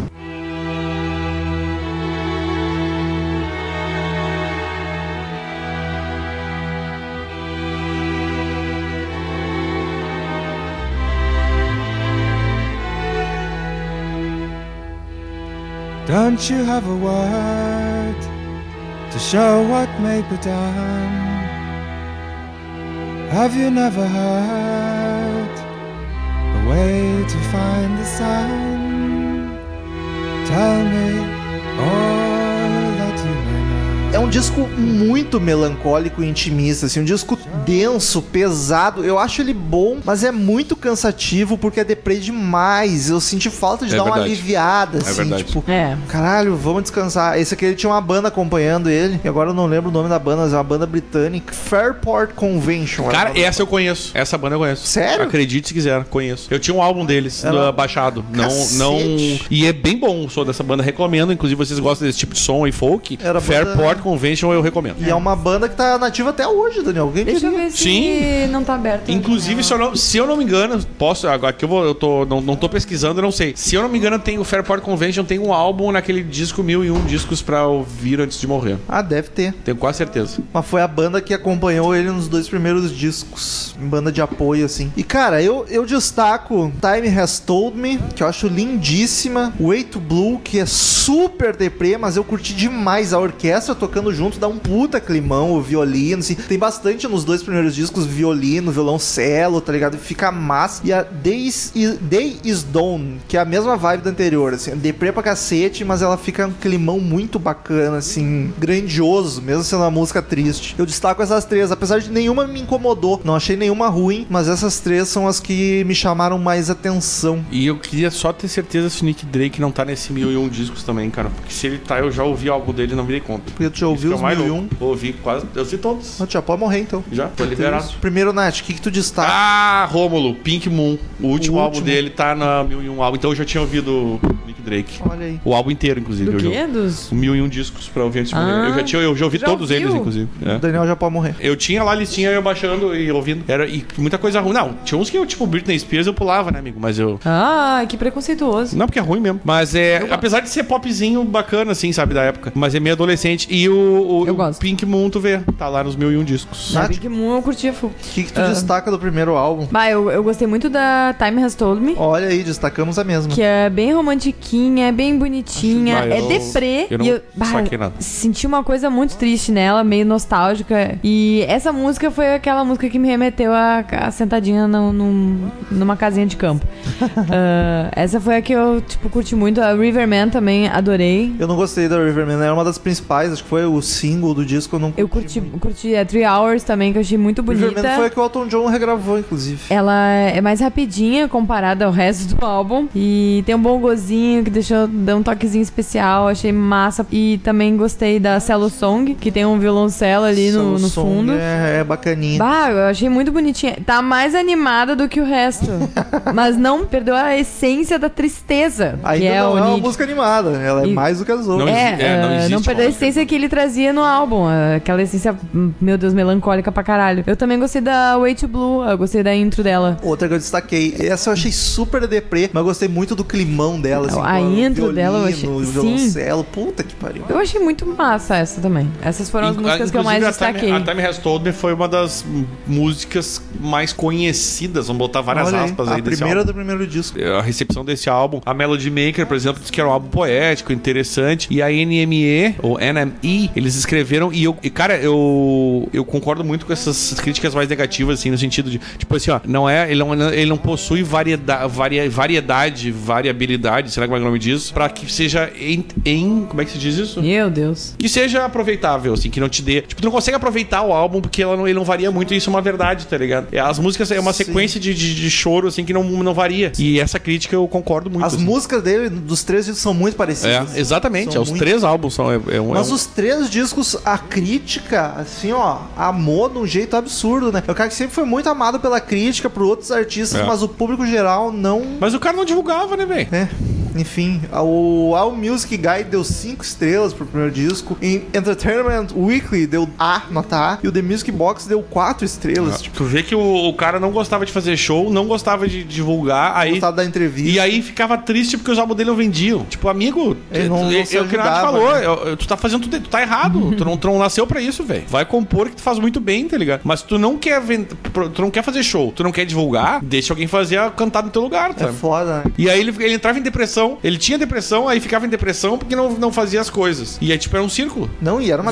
Don't you have a word to show what may be done? Have you never heard a way to find the sun? Tell me all that you may know.
É um disco muito melancólico e intimista, assim, um disco denso, pesado. Eu acho ele bom, mas é muito cansativo porque é deprê demais. Eu senti falta de
É
dar uma
verdade.
aliviada, assim,
verdade.
tipo,
É.
Caralho, vamos descansar. Esse aqui ele tinha uma banda acompanhando ele. E agora eu não lembro o nome da banda, mas é uma banda britânica. Fairport Convention. é era
Cara,
uma-
essa eu conheço. Essa banda eu conheço.
Sério?
Acredite se quiser, conheço. Eu tinha um álbum deles
Ela-
do- baixado. Não,
Cacete.
não. E é bem bom o som dessa banda, recomendo. Inclusive, vocês gostam desse tipo de som e folk.
Era a banda-
Fairport Convention eu recomendo.
E é uma banda que tá nativa até hoje, Daniel. Alguém
Deixa eu
diria.
ver se
Sim.
não tá aberto.
Inclusive, se eu, não, se eu não me engano, posso. Agora que eu vou, eu tô, não, não tô pesquisando, eu não sei. Se eu não me engano, tem o Fairport Convention tem um álbum naquele disco 1001 discos pra ouvir antes de morrer.
Ah, deve ter.
Tenho quase certeza.
Mas foi a banda que acompanhou ele nos dois primeiros discos. Em banda de apoio, assim. E, cara, eu, eu destaco Time Has Told Me, que eu acho lindíssima. Way to Blue, que é super deprê, mas eu curti demais. A orquestra tocando junto dá um puta climão, o violino, assim. Tem bastante nos dois primeiros discos, violino, violoncelo, tá ligado? Fica massa. E a Days is, Day is Dawn, que é a mesma vibe da anterior, assim. Deprê pra cacete, mas ela fica um climão muito bacana, assim. Grandioso, mesmo sendo uma música triste. Eu destaco essas três, apesar de nenhuma me incomodou. Não achei nenhuma ruim, mas essas três são as que me chamaram mais atenção.
E eu queria só ter certeza se o Nick Drake não tá nesse 1001 discos também, cara. Porque se ele tá, eu já ouvi algo dele e não me dei conta.
Porque tu já ouviu os
Isso que é o mais
1001.
louco. Ouvi quase. Eu vi todos.
Não, tu já pode morrer, então.
Já, foi liberado.
Primeiro, Nath, o que, que tu destaca?
Ah, Rômulo, Pink Moon. O último
O
álbum
último.
dele tá na 1001 álbum. Então eu já tinha ouvido o Nick Drake.
Olha aí.
O álbum inteiro, inclusive.
Do
eu já- Um
quê? Dos...
O 1001 discos pra ouvir antes de
Ah,
morrer. Eu já, tinha, eu já ouvi
já
todos
ouviu?
eles, inclusive.
O
É.
Daniel já pode morrer.
Eu tinha lá a listinha eu baixando e ouvindo. Era, e muita coisa ruim. Não, tinha uns que eu, tipo, Britney Spears eu pulava, né, amigo? Mas eu.
Ah, que preconceituoso.
Não, porque é ruim mesmo. Mas é. Apesar de ser popzinho bacana, assim, sabe, da época. Mas é meio adolescente. E o, o,
Eu
o
gosto.
Pink Moon, tu vê. Tá lá nos 1001 discos.
Nath,
Big Moon eu curtia full.
o que, que tu destaca do primeiro álbum?
Bah, eu, eu gostei muito da Time Has Told Me.
Olha aí, destacamos a mesma.
Que é bem romantiquinha, é bem bonitinha,
Bah,
é
eu-
deprê.
eu não
e
saquei nada.
Senti uma coisa muito triste nela, meio nostálgica. E essa música foi aquela música que me remeteu a, a sentadinha no- num- numa casinha de campo. Ah, essa foi a que eu, tipo, curti muito. A Riverman também adorei.
Eu não gostei da Riverman, era uma das principais, acho que foi o single do disco, eu não
Eu curti, curti a Three Hours também, que eu achei muito bonita.
Riverman foi a que o Elton John regravou, inclusive.
Ela é mais rapidinha comparada ao resto do álbum. E tem um bom gozinho que deixou deu um toquezinho especial. Achei massa. E também gostei da Cello Song, que tem um violoncelo ali no, no
Song
fundo.
É, é bacaninha.
Bah, eu achei muito bonitinha. Tá mais animada do que o resto. mas não perdeu a essência da tristeza.
Ainda
que é
não
o
é uma
Nick.
música animada, ela é
E-
mais do que as
Não
outras.
É,
exi- é, não
eh,
existe
não, perdeu a
uma-
essência que ele trazia no álbum. eh, Aquela essência, hum, meu Deus, melancólica pra caralho. Eu também gostei da Way to Blue, eu gostei da intro dela.
é-
Outra que eu destaquei, essa eu achei super deprê, mas eu gostei muito do climão dela, assim,
A
com o
intro dela eu achei-
violino, o
sim.
violoncelo, puta que pariu.
Eu achei muito massa essa também. Essas foram as
Inclu-
músicas que eu
inclusive,
mais
a Time-
destaquei.
A Time Has Told Me foi uma das m- músicas mais conhecidas, vamos botar várias
Olha aí,
aspas
a
aí desse
primeira
álbum.
do primeiro disco.
é, A recepção desse álbum, a Melody Maker, por exemplo, disse que era um álbum poético, interessante. E a NME, ou NME, eles escreveram. E, eu, e, cara, eu, eu concordo muito com essas críticas mais negativas, assim, no sentido de, tipo assim, ó, não é. Ele não, ele não possui variedade, varia, variedade, variabilidade, sei lá como é que é o nome disso, pra que seja em- em. Como é que se diz isso?
Meu Deus.
que seja aproveitável, assim, que não te dê. Tipo, tu não consegue aproveitar o álbum porque ela não, ele não varia muito, e isso é uma verdade, tá ligado? É, As músicas é uma
Sim.
sequência de, de, de choro, assim, que não, não varia. E essa crítica eu concordo muito.
As
assim.
músicas dele, dos três discos, são muito parecidas.
É, exatamente.
São
é, os
muito-
três álbuns são. É, é um,
Mas
é um-
os três discos, a crítica, assim, ó, amou de um jeito absurdo, né? É o cara que sempre foi muito amado pela crítica, por outros artistas,
É.
mas o público geral não.
Mas o cara não divulgava, né, velho?
É. Enfim, o All Music Guide deu 5 estrelas pro primeiro disco. Em Entertainment Weekly deu A, nota A. E o The Music Box deu 4 estrelas. Tipo,
Tu vê que o, o cara não gostava de fazer show, não gostava de divulgar, aí.
gostado da
E
entrevista.
aí ficava triste porque os álbuns dele não vendiam. Tipo, amigo,
Ele não-
tu-
não
é-
se
é o que o Renato
ajudava,
falou.
né? Uhum.
é- é- Tu tá fazendo tudo, tu tá errado. tu, não, tu não nasceu pra isso, velho. Vai compor que tu faz muito bem, tá ligado? Mas tu não quer vend... pro- tu não quer fazer show, tu não quer divulgar, deixa alguém fazer a cantar no teu lugar,
É
tá?
foda, né?
E aí ele, ele entrava em depressão, ele tinha depressão, aí ficava em depressão porque não, não fazia as coisas. E é tipo, era um círculo.
Não, e era uma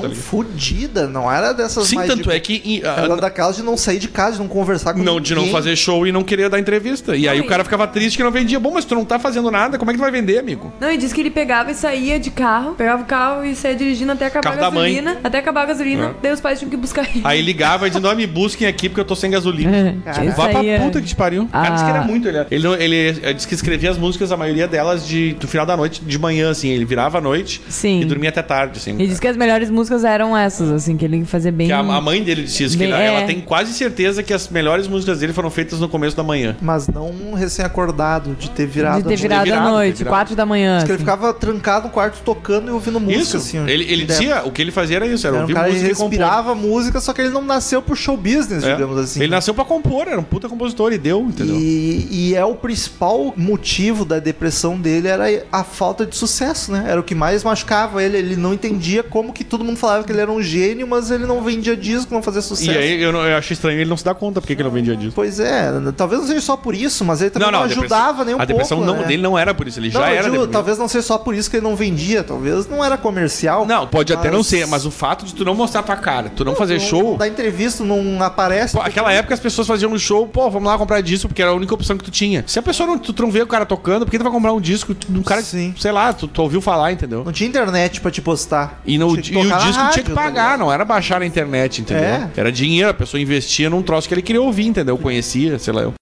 depressão
tá ligado?
fudida, não era dessas
Sim,
mais
tanto
de-
é que. e, ah,
Era da casa de não sair de casa, de não conversar com
Não, de não
ninguém.
fazer show e não querer dar entrevista. E aí
Não,
o
e-
cara ficava triste que não vendia. Bom, mas tu não tá fazendo nada, como é que tu vai vender, amigo?
Não, e disse que ele pegava e saía de carro, pegava o carro e saía dirigindo até acabar
Carro da
a
mãe.
gasolina. Até acabar a gasolina,
É.
daí os pais tinham que buscar ele.
Aí ligava e dizia, não, me busquem aqui porque eu tô sem gasolina.
É,
Vá pra
saía-
puta que te pariu. O cara
Ah.
é-
disse que era muito. Ele, ele, ele, eh, disse que escrevia as músicas, a maioria maioria delas de, do final da noite, de manhã, assim. Ele virava à noite
Sim.
e dormia até tarde, assim.
Ele disse que as melhores músicas eram essas, assim, que ele fazia bem.
Que a, a mãe dele disse isso, que
Bem-
ela, ela
é.
tem quase certeza que as melhores músicas dele foram feitas no começo da manhã.
Mas não um recém-acordado, de ter virado.
de ter
a noite.
virado à
virado, ter
noite,
virado.
quatro da manhã.
Diz que ele
assim.
ficava trancado no quarto tocando e ouvindo música,
isso,
assim. ó.
ele, ele
Deve-
dizia, o que ele fazia era isso, era,
Era um
ouvir
cara que
música e compor.
respirava música, só que ele não nasceu pro show business,
É.
digamos assim.
Ele nasceu pra compor, era um puta compositor e deu, entendeu?
E, e é o principal motivo da depressão dele era a falta de sucesso, né? Era o que mais machucava ele. Ele não entendia como que todo mundo falava que ele era um gênio, mas ele não vendia disco, não fazia
E,
sucesso.
aí eu, não- eu acho estranho ele não se dar conta porque que ele não vendia disco.
Pois é, talvez não seja só por isso, mas ele também
Não,
não,
não, a
ajudava
depressão-
nem um
A depressão
pouco,
não,
né?
dele não era por isso, ele
Não,
já
eu
era
digo,
deprimido.
talvez não seja só por isso que ele não vendia, talvez não era comercial.
Não, pode até não
mas-
ser, mas o fato de tu não mostrar tua cara, tu não, fazer
Não-
show.
Da entrevista não aparece.
Pô, Aquela época as pessoas faziam um show, pô, vamos lá comprar disco, porque era a única opção que tu tinha. Se a pessoa não, tu não vê o cara tocando, por que tu vai comprar um disco de um cara,
Sim.
sei lá, tu, tu ouviu falar, entendeu?
Não tinha internet pra te postar.
E, não,
Tinha que
e o
tocar
disco
na
tinha que
rádio, tá
pagar,
ligado?
não era baixar na internet, entendeu?
É.
Era dinheiro, a pessoa investia num troço que ele queria ouvir, entendeu? Conhecia, sei lá. Eu.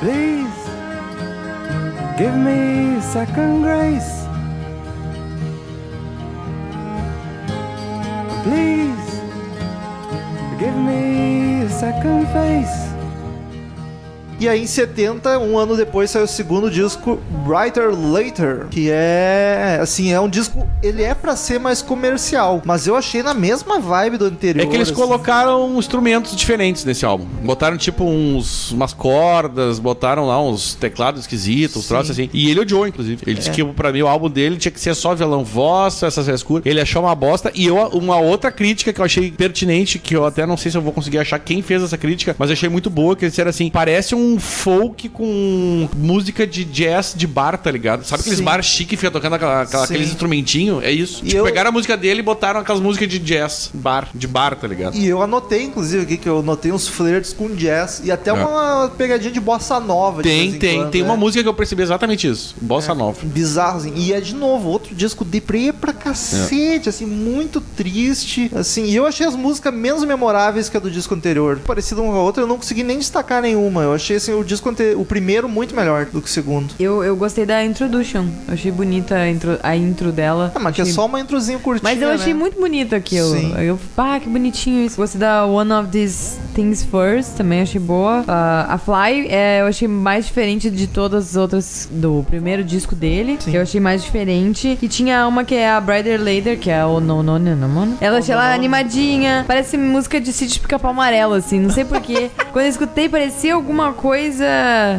Please give me second grace. Please give me second face.
E aí, em 70, um ano depois, saiu o segundo disco, Brighter Later, que é, assim, é um disco, ele é pra ser mais comercial, mas eu achei na mesma vibe do anterior.
É que eles
assim.
colocaram instrumentos diferentes nesse álbum. Botaram, tipo, uns, umas cordas, botaram lá uns teclados esquisitos, uns troços assim. E ele odiou, inclusive. Ele disse
É.
que pra mim o álbum dele tinha que ser só violão voz, só essas frescuras. Ele achou uma bosta. E eu, uma outra crítica que eu achei pertinente, que eu até não sei se eu vou conseguir achar quem fez essa crítica, mas eu achei muito boa, que eles disseram assim, parece um folk com música de jazz de bar, tá ligado? Sabe aqueles
Sim.
bar chique que fica tocando aquela- aquela-
Sim.
aqueles instrumentinhos? É isso.
E
Tipo,
eu-
pegaram a música dele e botaram aquelas músicas de jazz, bar, de bar, tá ligado?
E eu anotei, inclusive, aqui, que eu anotei uns flertes com jazz e até
É.
uma pegadinha de bossa nova. de
Tem,
vez em
tem.
quando, É.
tem
né?
uma música que eu percebi exatamente isso. Bossa Nova.
bizarro, assim. E é de novo, outro disco deprê pra
É.
cacete, assim, muito triste. Assim, e eu achei as músicas menos memoráveis que a do disco anterior. Parecida uma com a outra, eu não consegui nem destacar nenhuma. Eu achei assim, o disco ante... o primeiro muito melhor do que o segundo.
Eu, eu gostei da introduction. Eu achei bonita a intro, a intro dela.
Ah, mas que é
Achei-
só uma introzinha curtinha.
Mas eu achei
né?
muito bonito aquilo.
Sim.
Eu, ah, que bonitinho isso. Gostei da One of These Things First, também achei boa. Ah, a Fly é, eu achei mais diferente de todas as outras do primeiro disco dele.
Sim.
Eu achei mais diferente. E tinha uma que é a Brighter Later, que é a Ononononamon.
Oh,
Ela achei ela animadinha. Parece música de sítio pica-pau amarelo, assim. Não sei porquê. Quando eu escutei, parecia alguma coisa,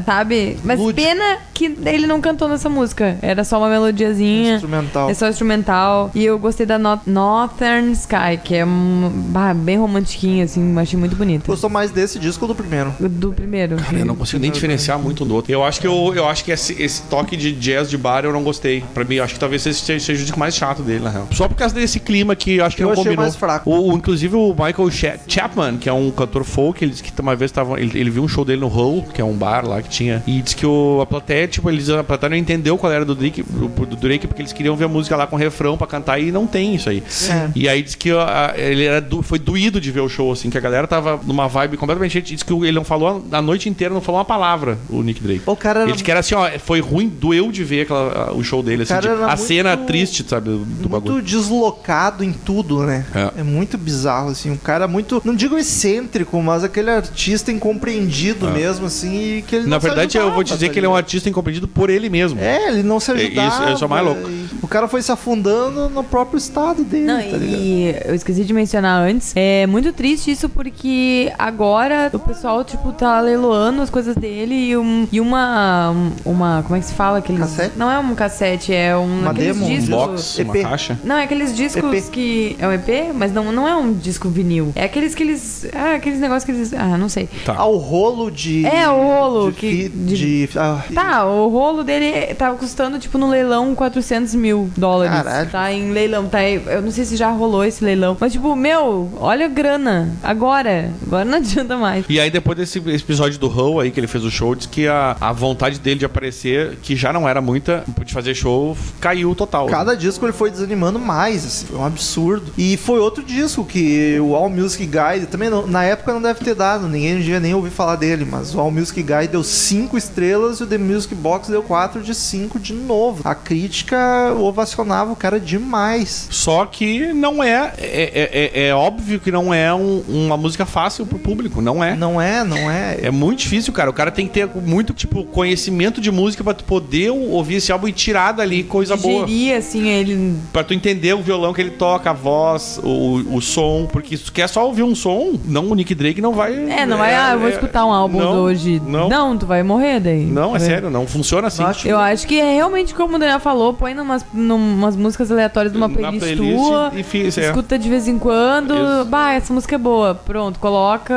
sabe? Mas pena que ele não cantou nessa música. Era só uma
Um
melodiazinha.
instrumental.
É só instrumental. E eu gostei da No- Northern Sky, que é um, bah, bem romantiquinha, assim, achei muito bonita.
Gostou mais desse disco do primeiro.
Do primeiro.
Cara, eu não consigo nem diferenciar muito um do outro. Eu acho que eu, eu acho que esse, esse toque de jazz de bar eu não gostei. Pra mim, eu acho que talvez esse seja, seja o disco mais chato dele, na real. Só por causa desse clima que eu acho que
Eu
não
achei
combinou.
mais fraco.
O, o- inclusive o Michael Cha- Chapman, que é um cantor folk, ele disse que uma vez tava, ele, ele viu um show dele no Hull, que é um bar lá que tinha, e disse que o, a plateia, tipo, eles, a plateia não entendeu qual era do Drake, do, do Drake, porque eles queriam ver a música lá com refrão pra cantar e não tem isso aí.
É.
E aí diz que ó, a- ele era do- foi doído de ver o show, assim, que a galera tava numa vibe completamente diferente. Diz que ele não falou a noite inteira, não falou uma palavra, o Nick Drake.
O cara era
Ele disse que era assim, ó, foi ruim, doeu de ver aquela- a- o show dele, assim,
cara
tipo,
era
a
muito-
cena triste, sabe, do, do
muito
bagulho.
deslocado em tudo, né?
É.
É. muito bizarro, assim. Um cara muito, não digo excêntrico, mas aquele artista incompreendido mesmo, assim, e que ele
É. Na
não se
verdade, eu vou te
ajudava,
dizer
tá
que ele é um
ligado?
artista incompreendido por ele mesmo.
É, ele não se
É, isso-
ajudava.
isso é o mais louco.
e O cara foi se afundando no próprio estado dele,
Não,
tá ligado?
e eu esqueci de mencionar antes. É muito triste isso porque agora o pessoal, tipo, tá leiloando as coisas dele e, um- e uma. Uma. Como é que se fala? Aqueles,
Cassete?
Não é um cassete, é um.
Uma
aqueles
demo, um
Um
discos-
box, uma
EP.
caixa.
Não, é aqueles discos
EP.
que. É um EP? Mas não, não é um disco vinil. É aqueles que eles. Ah, aqueles negócios que eles. Ah, não sei.
Tá.
Ao rolo de
É, o rolo.
de,
que,
fi- de- ah,
Tá, o rolo dele tava custando, tipo, no leilão 400 mil dólares.
Caralho.
Tá em leilão, tá aí. Eu não sei se já rolou esse leilão. Mas, tipo, meu, olha a grana. Agora. Agora não adianta mais.
E aí, depois desse episódio do Ho aí, que ele fez o show, diz que a, a vontade dele de aparecer, que já não era muita, de fazer show, caiu total.
Cada disco ele foi desanimando mais, assim, foi um absurdo. E foi outro disco que o All Music Guide também não- na época não deve ter dado, ninguém devia nem ouvir falar dele, mas o All Music Guide deu 5 estrelas e o The Music Box deu 4 de 5 de novo. A crítica ovacionava o cara demais.
Só que não é é, é- é- é óbvio que não é um- uma música fácil pro público, não é.
Não é, não é.
É muito difícil, cara. O cara tem que ter muito, tipo, conhecimento de música pra tu poder ouvir esse álbum e tirar dali coisa boa.
Digeria, assim, ele.
Pra tu entender o violão que ele toca, a voz, o, o som. Porque se tu quer só ouvir um som, não, o Nick Drake não vai.
É, não vai, ah, eu vou
é-
escutar um álbum
não,
hoje.
Não, não,
Não, tu vai morrer daí.
é
Vai-
sério, não funciona assim.
Eu acho que é realmente como o Daniel falou, põe numas, numas músicas aleatórias numa
Na
playlist, tua.
e fiz, é.
Escuta de vez em quando.
Isso.
Bah, essa música é boa. Pronto, coloca.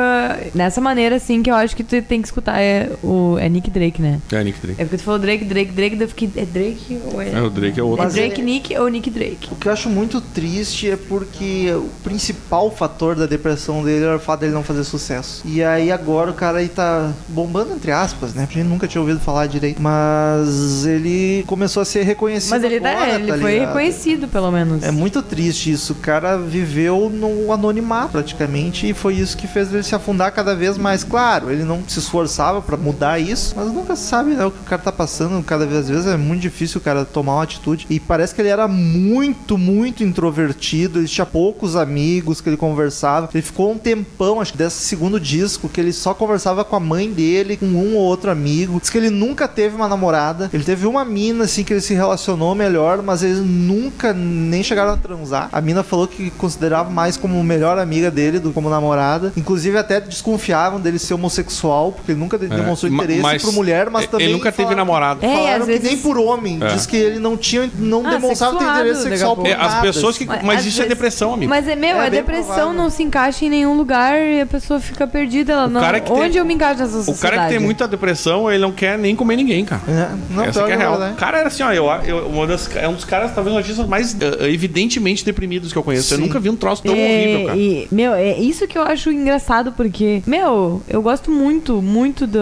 Nessa maneira, assim, que eu acho que tu tem que escutar. É, o, é Nick Drake, né?
É, Nick Drake.
É porque tu falou Drake, Drake, Drake, daí eu fiquei. É Drake ou é.
É, o Drake é outro.
É
Mas
Drake
ele-
Nick ou Nick Drake?
O que eu acho muito triste é porque o principal fator da depressão dele era o fato dele não fazer sucesso. E aí agora o cara aí tá bombando entre aspas, né? Porque a gente nunca tinha ouvido falar direito. Mas ele começou a ser reconhecido.
Mas ele, tá,
agora,
ele
tá
foi
ligado?
reconhecido, pelo menos.
É muito triste isso. O cara viveu no anonimato praticamente e foi isso que fez ele se afundar cada vez mais. Claro, ele não se esforçava pra mudar isso, mas nunca sabe né, o que o cara tá passando. Cada vez às vezes é muito difícil o cara tomar uma atitude. E parece que ele era muito, muito introvertido. Ele tinha poucos amigos que ele conversava. Ele ficou um tempão, acho que desse segundo disco, que ele só conversava com a mãe dele, com um ou outro amigo. Diz que ele nunca teve uma namorada. Ele teve uma mina, assim, que ele se relacionou melhor, mas eles nunca nem chegaram a transar. A mina falou que considerava mais como melhor amiga dele do que como namorada. Inclusive, até desconfiavam dele ser homossexual, porque ele nunca de- demonstrou
É. ma-
interesse
mas
por mulher, mas também.
Ele nunca teve
falaram-
namorado.
É,
Falaram
às
que
vezes-
nem por homem.
É.
Diz que ele não tinha, não
Ah,
demonstrava ter
sexuado,
interesse
daqui a
sexual por
pouco.
É, as
nada,
pessoas que.
Mas
Mas
às
isso é
vezes-
depressão, amigo.
Mas é, meu,
É
a
bem
depressão
provável.
não se encaixa em nenhum lugar e a pessoa fica perdida. Ela não...
cara que tem-
Onde eu me encaixo nessa
O
sociedade?
cara que tem muita depressão, ele não quer nem comer ninguém, cara.
É, não,
Essa
pior
que é
que
a
é
real.
verdade.
O cara era assim, ó, eu, eu- uma das, é um dos caras, talvez, um artistas mais eh, evidentemente deprimidos que eu conheço. Eu
Sim.
nunca vi um troço tão
É,
horrível, cara.
e, meu, é isso que eu acho engraçado, porque, meu, eu gosto muito, muito da,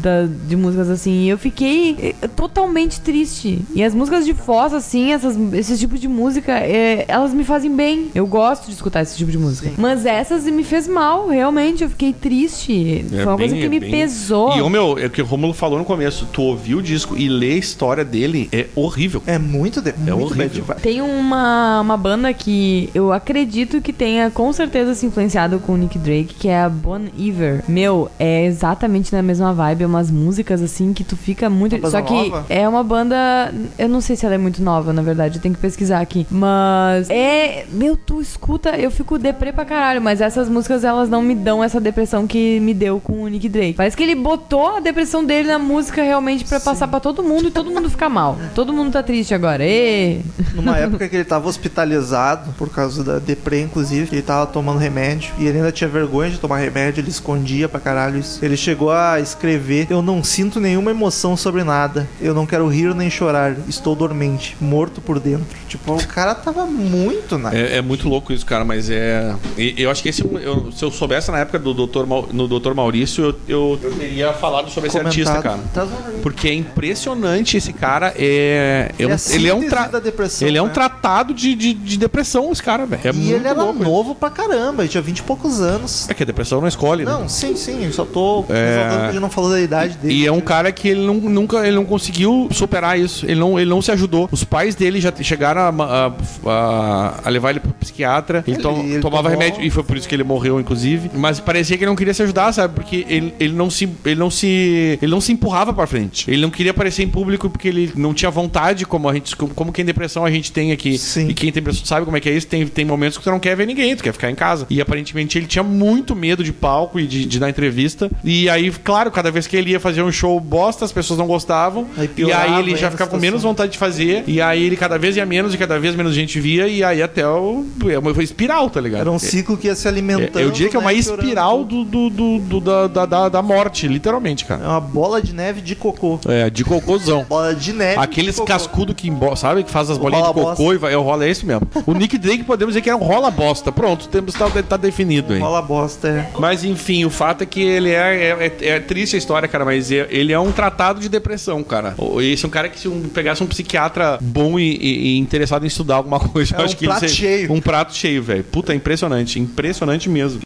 da- de músicas assim. E eu fiquei é, totalmente triste. E as músicas de foz, assim, essas, esse tipo de música, é, elas me fazem bem. Eu gosto de escutar esse tipo de música. Mas essas me fez mal, realmente. Eu fiquei triste.
É
Foi uma
bem-
coisa que
é
me
bem-
pesou.
E o meu, é o que o Romulo falou no começo, tu ouviu o disco e lê a história dele é horrível.
É muito, de... tipo, muito
horrível.
bad vibe.
Tem uma, uma banda que eu acredito que tenha com certeza se influenciado com o Nick Drake, que é a Bon Iver. Meu, é exatamente na mesma vibe, é umas músicas assim que tu fica muito.
Uma
Só
coisa
que
nova?
é uma banda. Eu não sei se ela é muito nova, na verdade, eu tenho que pesquisar aqui. Mas é. Meu, tu escuta, eu fico deprê pra caralho, mas essas músicas elas não me dão essa depressão que me deu com o Nick Drake. Parece que ele botou a depressão dele na música realmente pra passar pra todo mundo e todo mundo fica mal. Todo mundo tá triste agora. Ê!
Numa época que ele tava hospitalizado por causa da deprê, inclusive, ele tava tomando remédio e ele ainda tinha vergonha de tomar remédio, ele escondia pra caralho isso. Ele chegou a escrever: Eu não sinto nenhuma emoção sobre nada, eu não quero rir nem chorar, estou dormente, morto por dentro. Tipo, o cara tava muito na.
É, é muito louco isso, cara, mas é. e- Eu acho que esse, eu- se eu soubesse na época do Dr. Mau- no Dr. Maurício, eu, eu, eu teria falado sobre esse artista, cara.
Traz um-
Porque é impressionante esse cara. É, é
Ele
um-
é
ele é um,
síntese
tra-
da depressão,
ele é um
né?
tratado de, de, de depressão, esse cara, velho. É
E
muito
ele era
louco.
novo pra caramba, ele tinha 20 e poucos anos.
É que a depressão não escolhe, né?
Não, sim, sim, eu só tô
É.
ressaltando que a gente não falou da idade dele. né?
E é um cara que ele não, nunca ele não conseguiu superar isso. Ele não, ele não se ajudou. Os pais dele já te- chegaram a, ma- a- a- a levar ele pro psiquiatra. Ele,
Ele-
to-
ele
tomava
tomou-
remédio. E foi por isso que ele morreu, inclusive. Mas parecia que ele não queria se ajudar, sabe? Porque ele, ele não se. Ele não se. Ele não se empurrava pra frente. Ele não queria aparecer em público porque ele não tinha vontade, como a gente. Como, como quem tem depressão a gente tem aqui.
Sim.
E quem tem depressão sabe como é que é isso. Tem, tem momentos que tu não quer ver ninguém, tu quer ficar em casa. E aparentemente ele tinha muito medo de palco e de, de dar entrevista. E aí, claro, cada vez que ele ia fazer um show bosta, as pessoas não gostavam.
Aí
e
piorava
aí ele
ainda
já
a
ficava com
situação.
menos vontade de fazer. E aí ele cada vez ia menos e cada vez menos gente via. E aí até o. É uma foi espiral, tá ligado?
Era um
É-
ciclo que ia se alimentando.
é, eu diria que é uma
né, piorando
espiral
tudo.
do, do, do- do- da, da, da- da morte, literalmente,
É
cara.
uma bola de neve de cocô.
É, de cocôzão.
Bola É de neve.
Aqueles
de cocô.
cascudo que, embo- sabe, que faz as bolinhas
Rola
de cocô
bosta.
e vai, é o rola, é esse mesmo. O Nick Drake podemos dizer que é um rola bosta. Pronto, o tempo está, tá definido, hein.
Bola bosta. é.
Mas enfim, o fato é que ele é, é- é- é triste a história, cara, mas é- ele é um tratado de depressão, cara. O- Esse é um cara que se um, pegasse um psiquiatra bom e, e- e interessado em estudar alguma coisa,
É
eu
um
acho que ele
prato
seria-
cheio.
Um prato cheio, velho. Puta, impressionante, impressionante mesmo.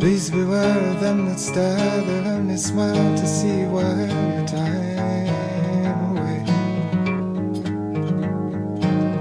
Please beware of them that stare, they only smile to see while your time away.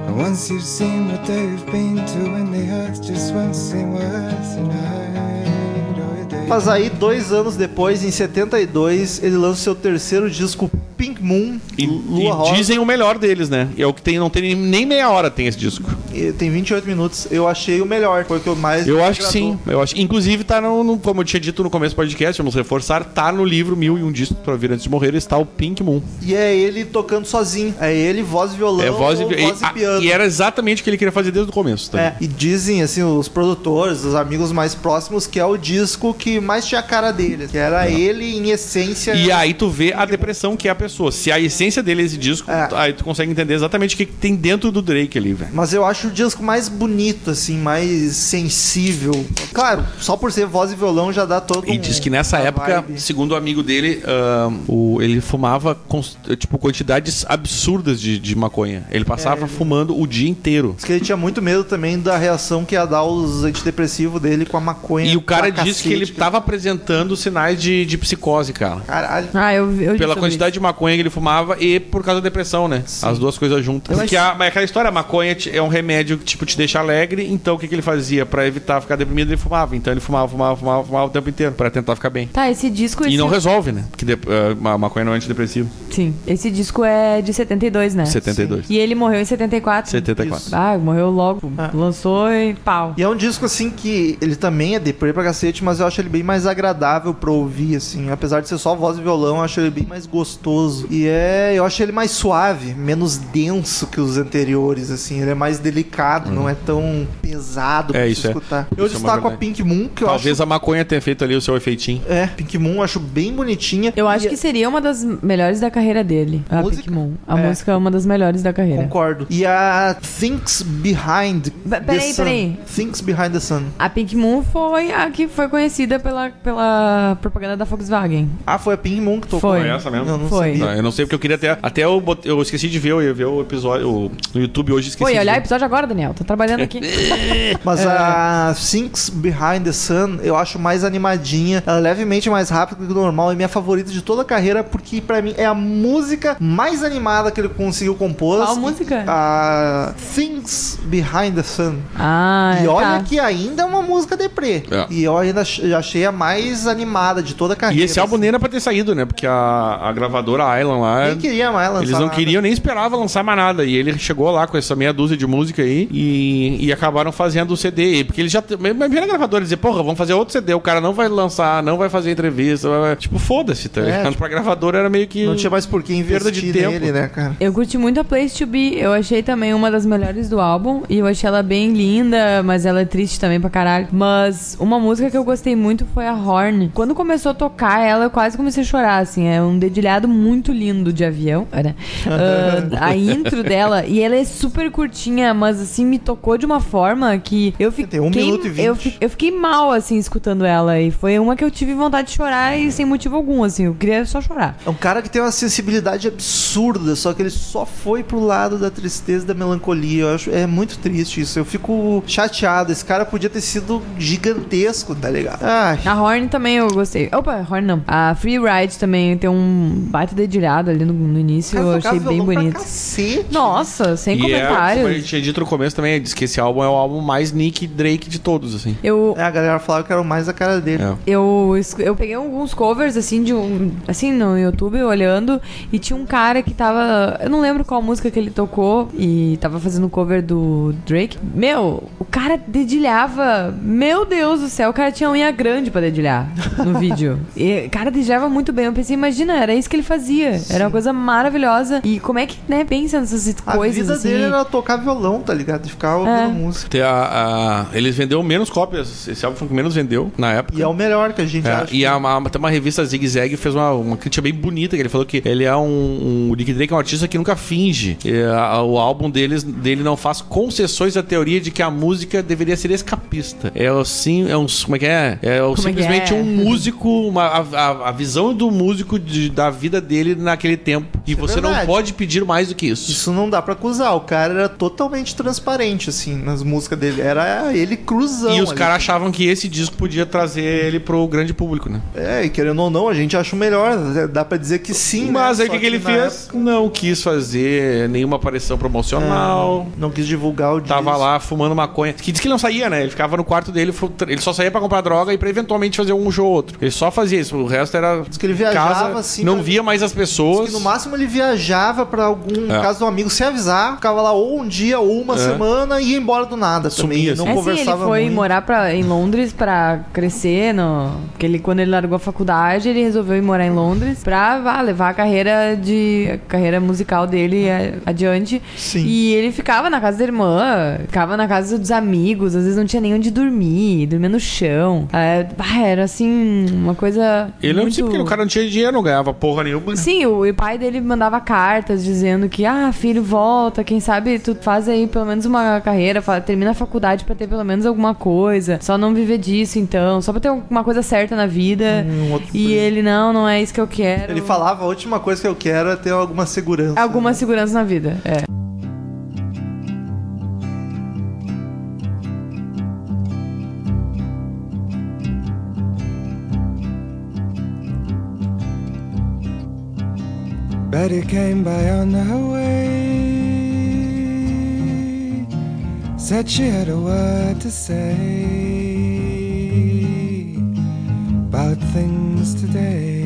And once you've seen what they've been to, and the earth just won't seem worth a night or a day.
Mas aí, dois anos depois, em 72, ele lança o seu terceiro disco, Pink Moon,
E,
Lua
e
Rosa.
dizem o melhor deles, né? E É o que tem, não tem nem- nem meia hora tem esse disco.
E Tem 28 minutos. Eu achei o melhor, foi o que eu mais.
Eu
me
acho que
agradou.
sim. Eu acho. Inclusive, tá no, no- Como eu tinha dito no começo do podcast, vamos reforçar, tá no livro Mil e um Discos pra Vir Antes de Morrer, está o Pink Moon.
E é ele tocando sozinho. É ele, voz e violão.
é voz e,
ou
e-
voz e
a-
piano.
e é- era exatamente o que ele queria fazer desde o começo, tá?
É, e dizem, assim, os produtores, os amigos mais próximos, que é o disco que mais tinha a cara dele. Que era ele em essência.
É. E aí tu vê a depressão que é a pessoa. Se a essência dele é esse disco,
É.
aí tu consegue entender exatamente o que que tem dentro do Drake ali, velho.
Mas eu acho o disco mais bonito, assim, mais sensível. Claro, só por ser voz e violão já dá todo
E
um-
diz que nessa
uma
época,
vibe.
segundo o amigo dele, ahn, o, ele fumava cons- tipo quantidades absurdas de, de maconha. Ele
É.
passava fumando o dia inteiro.
Diz que ele tinha muito medo também da reação que ia dar os antidepressivos dele com a maconha.
E o cara
pra
disse que ele
cacete.
tava apresentando sinais de, de psicose, cara.
Caralho.
Ah, eu, eu li
Pela
sobre
quantidade de maconha que ele fumava e por causa da depressão, né? As duas coisas juntas. Porque a, mas aquela história, a maconha te- é um remédio que, tipo, te deixa alegre. Então, o que, que ele fazia? Pra evitar ficar deprimido, ele fumava. Então, ele fumava, fumava, fumava, fumava o tempo inteiro pra tentar ficar bem.
isso. Tá, esse disco.
E
esse-
não resolve, né? Porque de, eh, a maconha não é antidepressivo.
Sim, esse disco é de 72, né?
72.
E ele morreu em 74.
74.
Isso.
Ah, morreu logo.
Ah.
Lançou e pau.
E é um disco, assim, que ele também é deprê pra cacete, mas eu acho ele bem mais agradável pra ouvir, assim. Apesar de ser só voz e violão, eu acho ele bem mais gostoso. E é... Eu acho ele mais suave, menos denso que os anteriores, assim. Ele é mais delicado, não é tão pesado
Uhum. É, isso é.
escutar. Eu
Isso é uma
destaco a
verdade.
Pink Moon, que eu
Talvez
acho...
a maconha tenha feito ali o seu efeitinho.
É, Pink Moon eu acho bem bonitinha.
Eu acho
E-
que seria uma das melhores da carreira dele. A
Música?
Pink Moon. A
É.
música é uma das melhores da carreira.
Concordo. E a Things Behind
né? Pe-
the
peraí,
Sun.
peraí.
Things Behind the Sun.
A Pink Moon foi a que foi conhecida pela, pela propaganda da Volkswagen.
Ah, foi a Pink Moon que tocou.
Foi.
É essa mesmo?
Eu não
Foi.
sabia.
Tá, eu não sei porque eu queria até. Até eu, bot- eu esqueci de ver, eu ia ver o episódio o- no YouTube hoje. Esqueci
Foi,
de
olhar o
ver.
episódio agora, Daniel. Tô trabalhando aqui.
Mas
É.
a Things Behind the Sun eu acho mais animadinha, ela é levemente mais rápida que o normal, é minha favorita de toda a carreira, porque pra mim é a música mais animada que ele conseguiu compor.
Qual música?
A Things Behind the Sun.
Ah,
e olha
tá.
que ainda é uma música deprê.
É.
E eu ainda ach- eu achei a mais animada de toda a
E
carreira.
esse álbum nem era pra ter saído, né? Porque a, a gravadora a Island lá.
Nem queria mais lançar
Eles não
nada.
queriam nem esperavam lançar mais nada. E ele chegou lá com essa meia dúzia de música aí e, e acabaram fazendo o CD. E Porque ele já. Imagina a gravadora dizer, porra, vamos fazer outro CD. O cara não vai lançar, não vai fazer entrevista. vai- vai- Tipo, foda-se, tá
É,
ligado?
tipo,
pra gravadora era meio que.
Não tinha mais por que
Perda
investir
de tempo.
nele, né, cara?
Eu curti muito a Place to Be. Eu achei também uma das melhores do álbum. E eu achei ela bem linda, mas ela é triste também pra caralho. Mas uma música que eu gostei muito foi a Horn. Quando começou a tocar ela, eu quase comecei a chorar, assim. É um dedilhado muito lindo de avião. Ah, né? Ah, a intro dela. E ela é super curtinha, mas assim, me tocou de uma forma que eu
Tem
fiquei.
um minuto e vinte.
eu fi- eu fiquei mal, assim, escutando ela. E foi uma que eu tive vontade de chorar e sem motivo algum, assim. Eu queria só chorar.
É um cara que tem uma sensibilidade absurda, só que ele só foi pro lado da tristeza e da melancolia. Eu acho é muito triste isso. Eu fico chateado. Esse cara podia ter sido gigantesco, tá ligado? Ai,
A Horn também eu gostei. Opa, Horn não. A Free Ride também tem um baita dedilhado ali no, no início.
cara
eu
tocava
achei é bem
violão pra
bonito.
Cacete.
Nossa, sem
E é, como a
comentários.
gente tinha dito no começo também, diz que esse álbum é o álbum mais Nick Drake de todos, assim.
Eu,
É, a galera falava que era o mais a cara dele.
É.
eu, escu- eu peguei alguns covers, assim, de um. Assim, no YouTube, olhando, e tinha um cara que tava. Eu não lembro qual música que ele tocou. E tava fazendo cover do Drake. Meu, o cara dedilhava. Meu Deus do céu, o cara tinha unha grande pra dedilhar no vídeo. E o cara dedilhava muito bem. Eu pensei, imagina, era isso que ele fazia. Era uma coisa maravilhosa. E como é que, né, pensa nessas
A
coisas
vida
assim?
dele era tocar violão, tá ligado? E ficar ouvindo
É.
música.
Tem a- a- eles venderam menos cópias. Esse álbum foi o que menos vendeu na época.
E é o melhor que a gente
É,
acha.
e a, a, até uma revista Zig Zag fez uma, uma crítica bem bonita, que ele falou que ele é um. um o Nick Drake é um artista que nunca finge. É, a- o álbum deles, dele não faz concessões à teoria de que a música deveria ser escapista. É o sim, é um. Como é que é? É o,
Como é que
simplesmente
é?
um músico, uma, a, a- a visão do músico de- da vida dele naquele tempo. E
Isso é
você não
verdade.
pode pedir mais do que isso.
Isso não dá pra acusar. O cara era totalmente transparente, assim, nas músicas dele. Era ele cruzão.
E os
é um ali.
caras achavam que esse disco podia trazer ele pro grande público, né?
É, e querendo ou não, a gente acha o melhor. Dá pra dizer que sim. né?
Mas aí o
Só
que, que ele
na
fez?
época,
Não quis fazer nenhuma aparição promocional.
Não quis divulgar o disco.
Tava lá fumando maconha. Que diz que ele não saía, né? Ele ficava no quarto dele, fu- ele só saía pra comprar droga e pra eventualmente fazer um show ou outro. Ele só fazia isso, o resto era.
Diz que ele viajava, assim,
Não
pra-
via mais as
Diz
pessoas.
que no máximo ele viajava pra algum
É.
caso de um amigo se avisar, ficava lá ou um dia ou uma
É.
semana e ia embora do nada também.
Sumia, assim.
Não
É sim, ele
conversava
foi
muito.
morar pra, em Londres pra crescer, no, porque ele, quando ele largou a faculdade, ele resolveu ir morar em Londres pra vá, levar a carreira de a carreira musical dele eh, adiante.
Sim.
E ele ficava na casa da irmã, ficava na casa dos amigos, às vezes não tinha nem onde dormir, dormia no chão. É, bah, era assim, uma coisa.
Ele não
um
muito...
tipo
tinha, porque o cara não tinha dinheiro, não ganhava porra nenhuma.
Sim, o o pai dele mandava cartas dizendo que, ah, filho, volta, quem sabe tu faz aí pelo menos uma carreira, fa- termina a faculdade pra ter pelo menos alguma coisa, só não viver disso então, só pra ter alguma coisa certa na vida.
Hum, outro
e
preço.
ele, não, não é isso que eu quero.
Ele né? falava, a última coisa que eu quero é ter alguma segurança.
Alguma segurança na vida, é.
Betty came by on her way. Said she had a word to say about things today.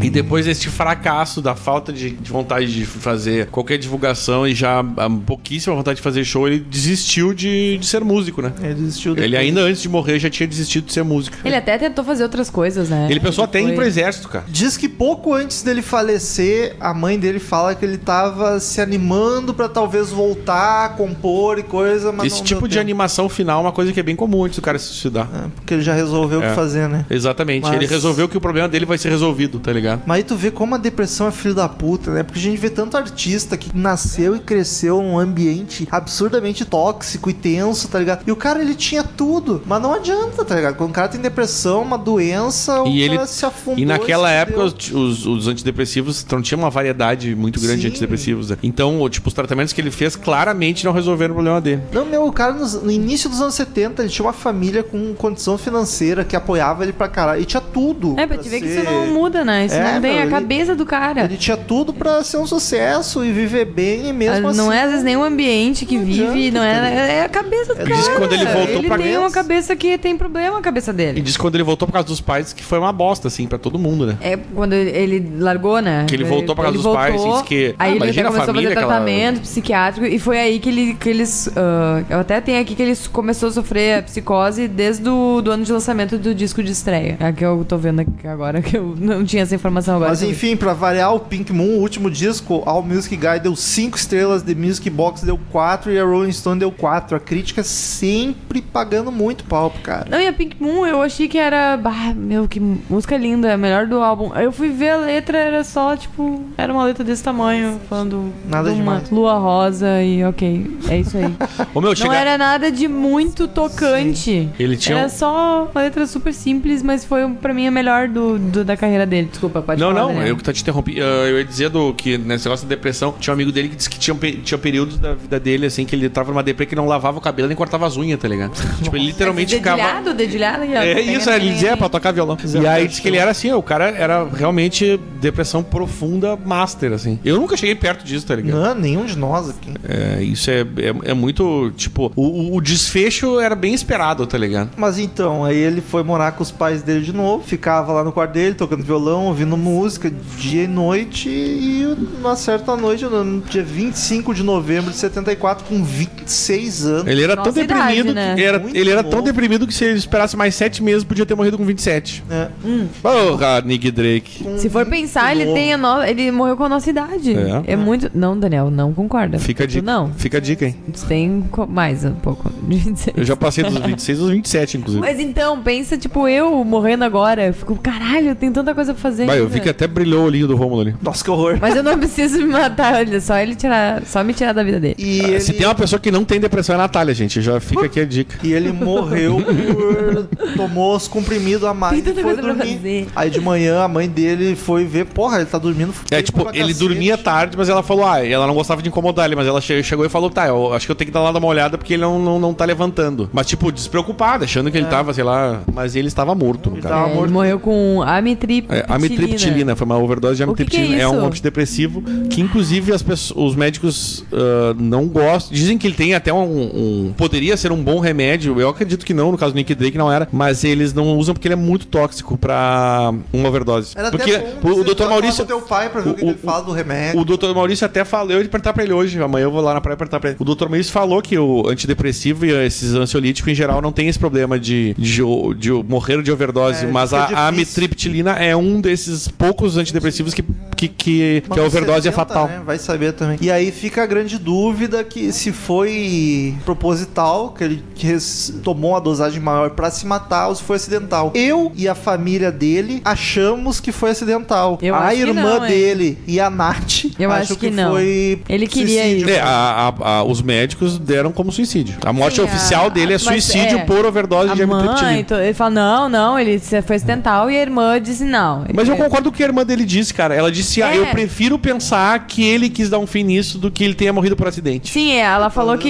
E depois desse fracasso da falta de, de vontade de fazer qualquer divulgação e já ah, pouquíssima vontade de fazer show, ele desistiu de, de ser músico, né?
Ele desistiu
Ele
depois.
ainda antes de morrer já tinha desistido de ser músico.
Ele até tentou fazer outras coisas, né?
Ele pensou até em ir pro
Foi-
exército, cara.
Diz que pouco antes dele falecer, a mãe dele fala que ele tava se animando pra talvez voltar, compor e coisa, mas
Esse
não
tipo
deu
de
tempo.
animação final é uma coisa que é bem comum antes do cara se suicidar.
É, porque ele já resolveu o
É.
que fazer, né?
Exatamente.
Mas-
Ele resolveu que o problema dele vai ser resolvido, tá ligado?
Mas aí tu vê como a depressão é filho da puta, né? Porque a gente vê tanto artista que nasceu e cresceu num ambiente absurdamente tóxico e tenso, tá ligado? E o cara, ele tinha tudo, mas não adianta, tá ligado? Quando o cara tem depressão, uma doença, o
E
cara
ele-
se afundou.
E naquela
se
época,
fudeu.
os, os- os antidepressivos não tinha uma variedade muito grande de
Sim.
antidepressivos. né? Então, o- tipo, os tratamentos que ele fez claramente não resolveram o problema dele.
Não, meu, o cara nos- no início dos anos 70, ele tinha uma família com condição financeira que apoiava ele pra caralho. E tinha tudo.
É, pra te ver que isso não muda, né? Isso
É,
não tem
meu,
a
ele-
cabeça do cara.
Ele tinha tudo pra ser um sucesso e viver bem e mesmo
Ah,
assim.
não é às vezes nem o ambiente que
não
vive,
adianta,
não
cara.
é, é a cabeça do
É
cara.
disso que quando ele voltou
ele
pra
tem
Grécia-
uma cabeça que tem problema a cabeça
E
dele.
disse que quando ele voltou por causa dos pais que foi uma bosta, assim, pra todo mundo, né?
É quando ele largou, né?
Que ele voltou pra casa
ele
dos pais,
voltou,
disse que- Ah,
Aí ele até
imagina a
começou a fazer
família, aquela-
tratamento psiquiátrico e foi aí que, ele, que eles. ah, eu até tenho aqui que ele começou a sofrer a psicose desde o do ano de lançamento do disco de estreia. É que eu tô vendo aqui agora, que eu não tinha essa informação agora.
Mas enfim, pra variar o Pink Moon, o último disco, All Music Guy deu 5 estrelas, The Music Box deu 4 e a Rolling Stone deu 4. A crítica é sempre pagando muito pau pro cara.
Não, e a Pink Moon eu achei que era. Bah, meu, que música linda, é a melhor do álbum. Aí eu fui ver a letra, era só, tipo, era uma letra desse tamanho, falando
Nada
de uma
demais.
lua rosa e ok, é isso aí.
Ô, meu,
Não
chega...
era nada de muito tocante.
Ele tinha
Era
um-
só uma letra super simples, mas foi pra mim a melhor do, do- da carreira dele. Desculpa, pode
não,
falar.
não,
Daniel.
eu que tá te interrompendo. Eu ia dizer do, que nesse negócio da depressão, tinha um amigo dele que disse que tinha, um pe- tinha períodos da vida dele, assim, que ele tava numa deprê que não lavava o cabelo nem cortava as unhas, tá ligado? tipo, ele literalmente ficava.
é Dedilhado, assim. dedilhado. aqui, ó.
É isso, ele dizia é pra tocar violão. E aí
né?
disse que ele era assim, ó, o cara era realmente depressão profunda master, assim. Eu nunca cheguei perto disso, tá
Né?
ligado?
Não, nenhum de nós aqui.
É, isso é, é, é muito, tipo, o, o- o desfecho era bem esperado, tá ligado?
Mas então, aí ele foi morar com os pais dele de novo, ficava lá no quarto dele, tocando violão, ouvindo música, dia e noite, e uma certa noite, no dia 25 de novembro de 74, com 26 anos.
Ele era
Nossa
tão
idade,
deprimido,
né?
que era,
Muito
ele era tão
louco.
deprimido que se ele esperasse mais sete meses podia ter morrido com 27.
né?
Porra, Nick Drake.
Com
Se for
vinte
pensar,
e
ele,
nove.
tem a no- ele morreu com a nossa idade.
É.
É, muito. Não, Daniel, não concorda.
Fica a
Tu
dica.
Não,
Fica a dica, hein?
tu tem co- mais um pouco. de 26.
Eu já passei dos 26 aos 27, inclusive.
Mas então, pensa, tipo, eu morrendo agora. Eu fico, caralho, eu tenho tanta coisa pra fazer.
Vai, eu
ainda."
vi que até brilhou o olhinho do Rômulo ali.
Nossa, que horror.
Mas eu não preciso me matar, olha, só ele tirar, só me tirar da vida dele.
E
Ah, Se
ele,
tem um- uma pessoa que não tem depressão é a Natália, gente. Já fica aqui a dica.
e ele morreu por. tomou os comprimidos a mais
Tem
e
tanta
foi
coisa pra
dormir.
fazer.
Aí de manhã a mãe dele foi ver, porra, ele tá dormindo.
É,
feio
tipo,
pra
ele
cacete.
dormia tarde, mas ela falou, ah, ela não gostava de incomodar ele, mas ela che- chegou e falou, tá, eu acho que eu tenho que dar lá dar uma olhada porque ele não, não, não tá levantando. Mas, tipo, despreocupado, achando que ele tava, sei lá, mas ele estava Tá morto, no
É. Ele
cara.
tava
É, ele morreu com amitriptilina.
É, amitriptilina, foi uma overdose de
O que que é
amitriptilina. é,
isso?
um antidepressivo que, inclusive, as pesso- os médicos ah, não gostam. Dizem que ele tem até um, um- Poderia ser um bom remédio. Eu acredito que não, no caso do Nick Drake não era. Mas eles não usam porque ele é muito tóxico pra uma overdose.
Era até
porque
bom
o,
você
o Dr.
falar
Maurício.
com teu pai pra ver o, que
o-
ele fala do remédio.
É. O doutor Maurício até falou, eu ia perguntar pra ele hoje, amanhã eu vou lá na praia perguntar pra ele. O doutor Maurício falou que o antidepressivo e esses ansiolíticos em geral não tem esse problema de, de, o- de o- morrer de overdose,
É,
mas
fica
a, a
difícil.
amitriptilina é um desses poucos antidepressivos que, que, que,
Mas
que a
com
overdose é
70,
fatal.
né? Vai saber também. E aí fica a grande dúvida que se foi proposital, que ele que res- tomou uma dosagem maior pra se matar ou se foi acidental. Eu e a família dele achamos que foi acidental.
Eu
a
acho que
irmã
não, hein?
dele e a Nath
Eu
acham
acho que não.
foi
Ele queria
suicídio.
É, a- a- a- os médicos deram como suicídio. A morte
Sim,
oficial
a-
dele é
mas
suicídio
é.
por overdose
A
de amitriptilina.
mãe, to- ele fala, não, não, ele se- foi acidental e a irmã disse não.
Mas eu
Ele- assim.
concordo com o que a irmã dele disse, cara. Ela disse: ah,
É.
eu prefiro pensar que ele quis dar um fim nisso do que ele tenha morrido por acidente.
Sim, é, ela falou que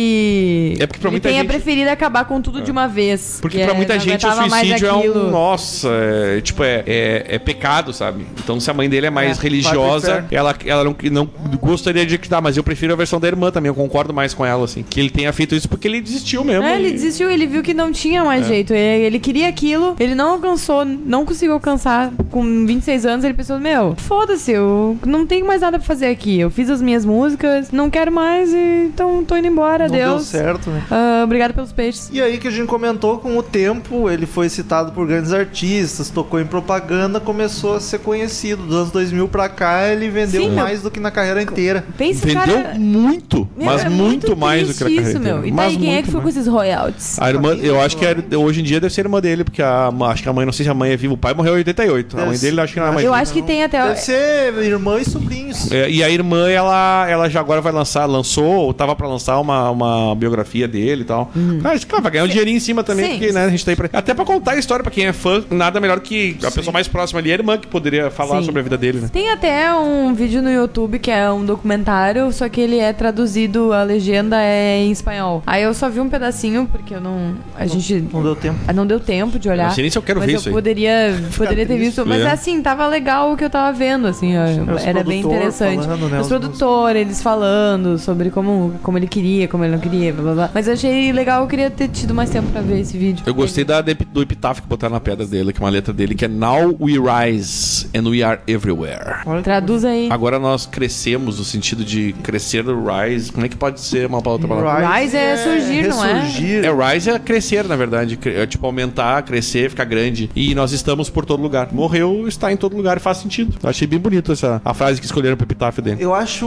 ele.
É porque pra
ele
muita
tenha
gente- É.
preferido acabar com tudo de uma vez.
Porque
que
pra
é,
muita
não
gente o
aguentava mais
suicídio é um
aquilo.
nossa, é, tipo, é, é, é pecado, sabe? Então se a mãe dele é mais
É, vai
religiosa,
pro inferno.
ela, ela não, não gostaria de acreditar, mas eu prefiro a versão da irmã também, eu concordo mais com ela, assim. Que ele tenha feito isso porque ele desistiu mesmo.
É, ele
e-
desistiu, ele viu que não tinha
É.
mais jeito. Ele, ele queria aquilo, ele não alcançou, não conseguiu alcançar. Com 26 anos, ele pensou: Meu, foda-se, eu não tenho mais nada pra fazer aqui. Eu fiz as minhas músicas, não quero mais, e então tô indo embora.
Não deu
Adeus.
certo, né?
Ah, obrigado pelos peixes.
E aí que a gente comentou com o tempo, ele foi citado por grandes artistas, tocou em propaganda, começou a ser conhecido. Dos anos 2000 pra cá, ele vendeu
Sim, meu.
mais do que na carreira inteira.
Pensa,
Vendeu
cara.
muito,
meu,
mas
é
muito, mais do que
triste
na carreira
isso, meu. E
inteira.
daí
Mas
quem é
muito
que foi com
mais.
esses royalties?
a irmã, eu acho que era- hoje em dia deve ser a irmã dele, porque a, acho que a mãe, não sei se a mãe é viva, o pai morreu em 88. A
Deve
mãe dele
ser.
acho que não é mais
Eu
viva.
acho que tem até.
Deve ser irmã e sobrinhos.
É, e a irmã, ela, ela já agora vai lançar, lançou, ou tava pra lançar uma, uma biografia dele e tal. Cara, isso, cara, vai ganhar um dinheirinho em cima também,
Uhum. Sim.
porque né, a gente tá aí pra... Até pra contar a história pra quem é fã, nada melhor que a pessoa mais próxima ali, a irmã, que poderia falar
Sim.
sobre a vida dele, né?
Tem até um vídeo no YouTube que é um documentário, só que ele é traduzido, a legenda é em espanhol. Aí eu só vi um pedacinho, porque eu não. A gente.
Não deu tempo.
Ah, Não deu tempo de olhar.
Não sei nem se eu quero
mas
ver
eu
isso aí.
poderia, poderia ter
triste.
visto. Mas
É.
assim, tava legal o que eu tava vendo, assim. ó,
os
era bem
produtor
interessante.
falando, né,
os
os
produtores, eles falando sobre como, como ele queria, como ele não queria, blá blá blá. Mas eu achei legal, eu queria ter tido mais tempo pra ver esse vídeo.
Eu gostei da, de- do epitáfio que botaram na pedra dele, que é uma letra dele, que é Now we rise and we are everywhere.
Traduz aí.
Agora nós crescemos, no sentido de crescer, rise. Como é que pode ser uma outra palavra?
Rise é surgir, não é?
ressurgir.
É, Rise é crescer, na verdade. Cre- É, tipo, aumentar, crescer, ficar grande. E nós estamos por todo lugar. Morreu, está em todo lugar e faz sentido. Eu achei bem bonito essa a frase que escolheram pro epitáfio dele.
Eu acho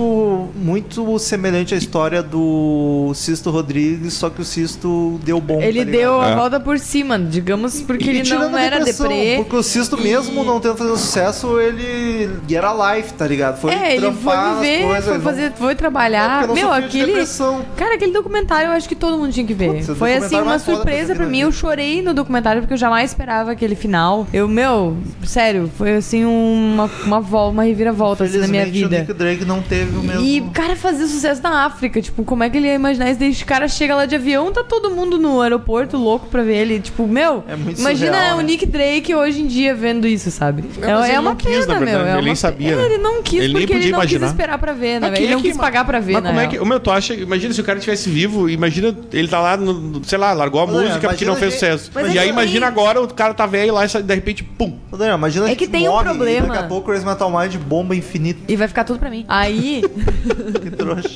muito semelhante à história do Sisto Rodrigues, só que o Sisto deu bom.
Ele
tá ligado?
deu
É.
a volta por cima, digamos, porque
E
ele
tirando
não
a
era
depressão,
deprê.
Porque o Sisto, mesmo não tendo fazer sucesso, ele era life, tá ligado? Foi
É, ele foi
trampar nas
viver,
coisas,
foi,
não-
fazer, foi
É porque
trabalhar.
eu não
Meu,
sofri de
aquele.
depressão.
Cara, aquele documentário eu acho que todo mundo tinha que ver.
Putz, o
foi assim
documentário
uma
mais foda que eu já
surpresa
vi
pra
na
mim.
vida.
Eu chorei no documentário porque eu jamais esperava aquele final. Eu, meu, sério, foi assim uma, uma, vol, uma reviravolta assim, na minha
Felizmente,
vida.
o Nick Drake não teve o mesmo...
E o cara fazia sucesso na África, tipo, como é que ele ia imaginar isso? Daí esse cara chega lá de avião, tá todo mundo no aeroporto louco pra ver ele. Tipo, meu,
É muito
imagina
surreal,
o
né?
Nick Drake hoje em dia vendo isso, sabe? É,
mas
é
ele
uma
não quis, na
pena, meu.
verdade,
é
ele
uma
nem sabia, né?
Ele não quis
Ele nem
porque ele
podia
não
imaginar.
quis esperar pra ver, né?
Mas
velho?
quem
Ele
é
não
que
quis
ima-
pagar pra ver,
Mas
né?
como é que. Ô, meu, tu acha. Imagina se o cara estivesse vivo, imagina, ele tá lá, no- no- sei lá, largou a
Olha,
música porque não
imagina
fez
que-
sucesso.
Mas é
E aí
que
imagina
aí-
agora o cara tá velho lá e sai- de repente, pum!
Ô, Daniel, imagina
É
a gente
que tem um
morre e
problema.
Daqui a pouco o Crazy Metal Mind bomba infinita.
E vai ficar tudo pra mim. Aí,
Que trouxa.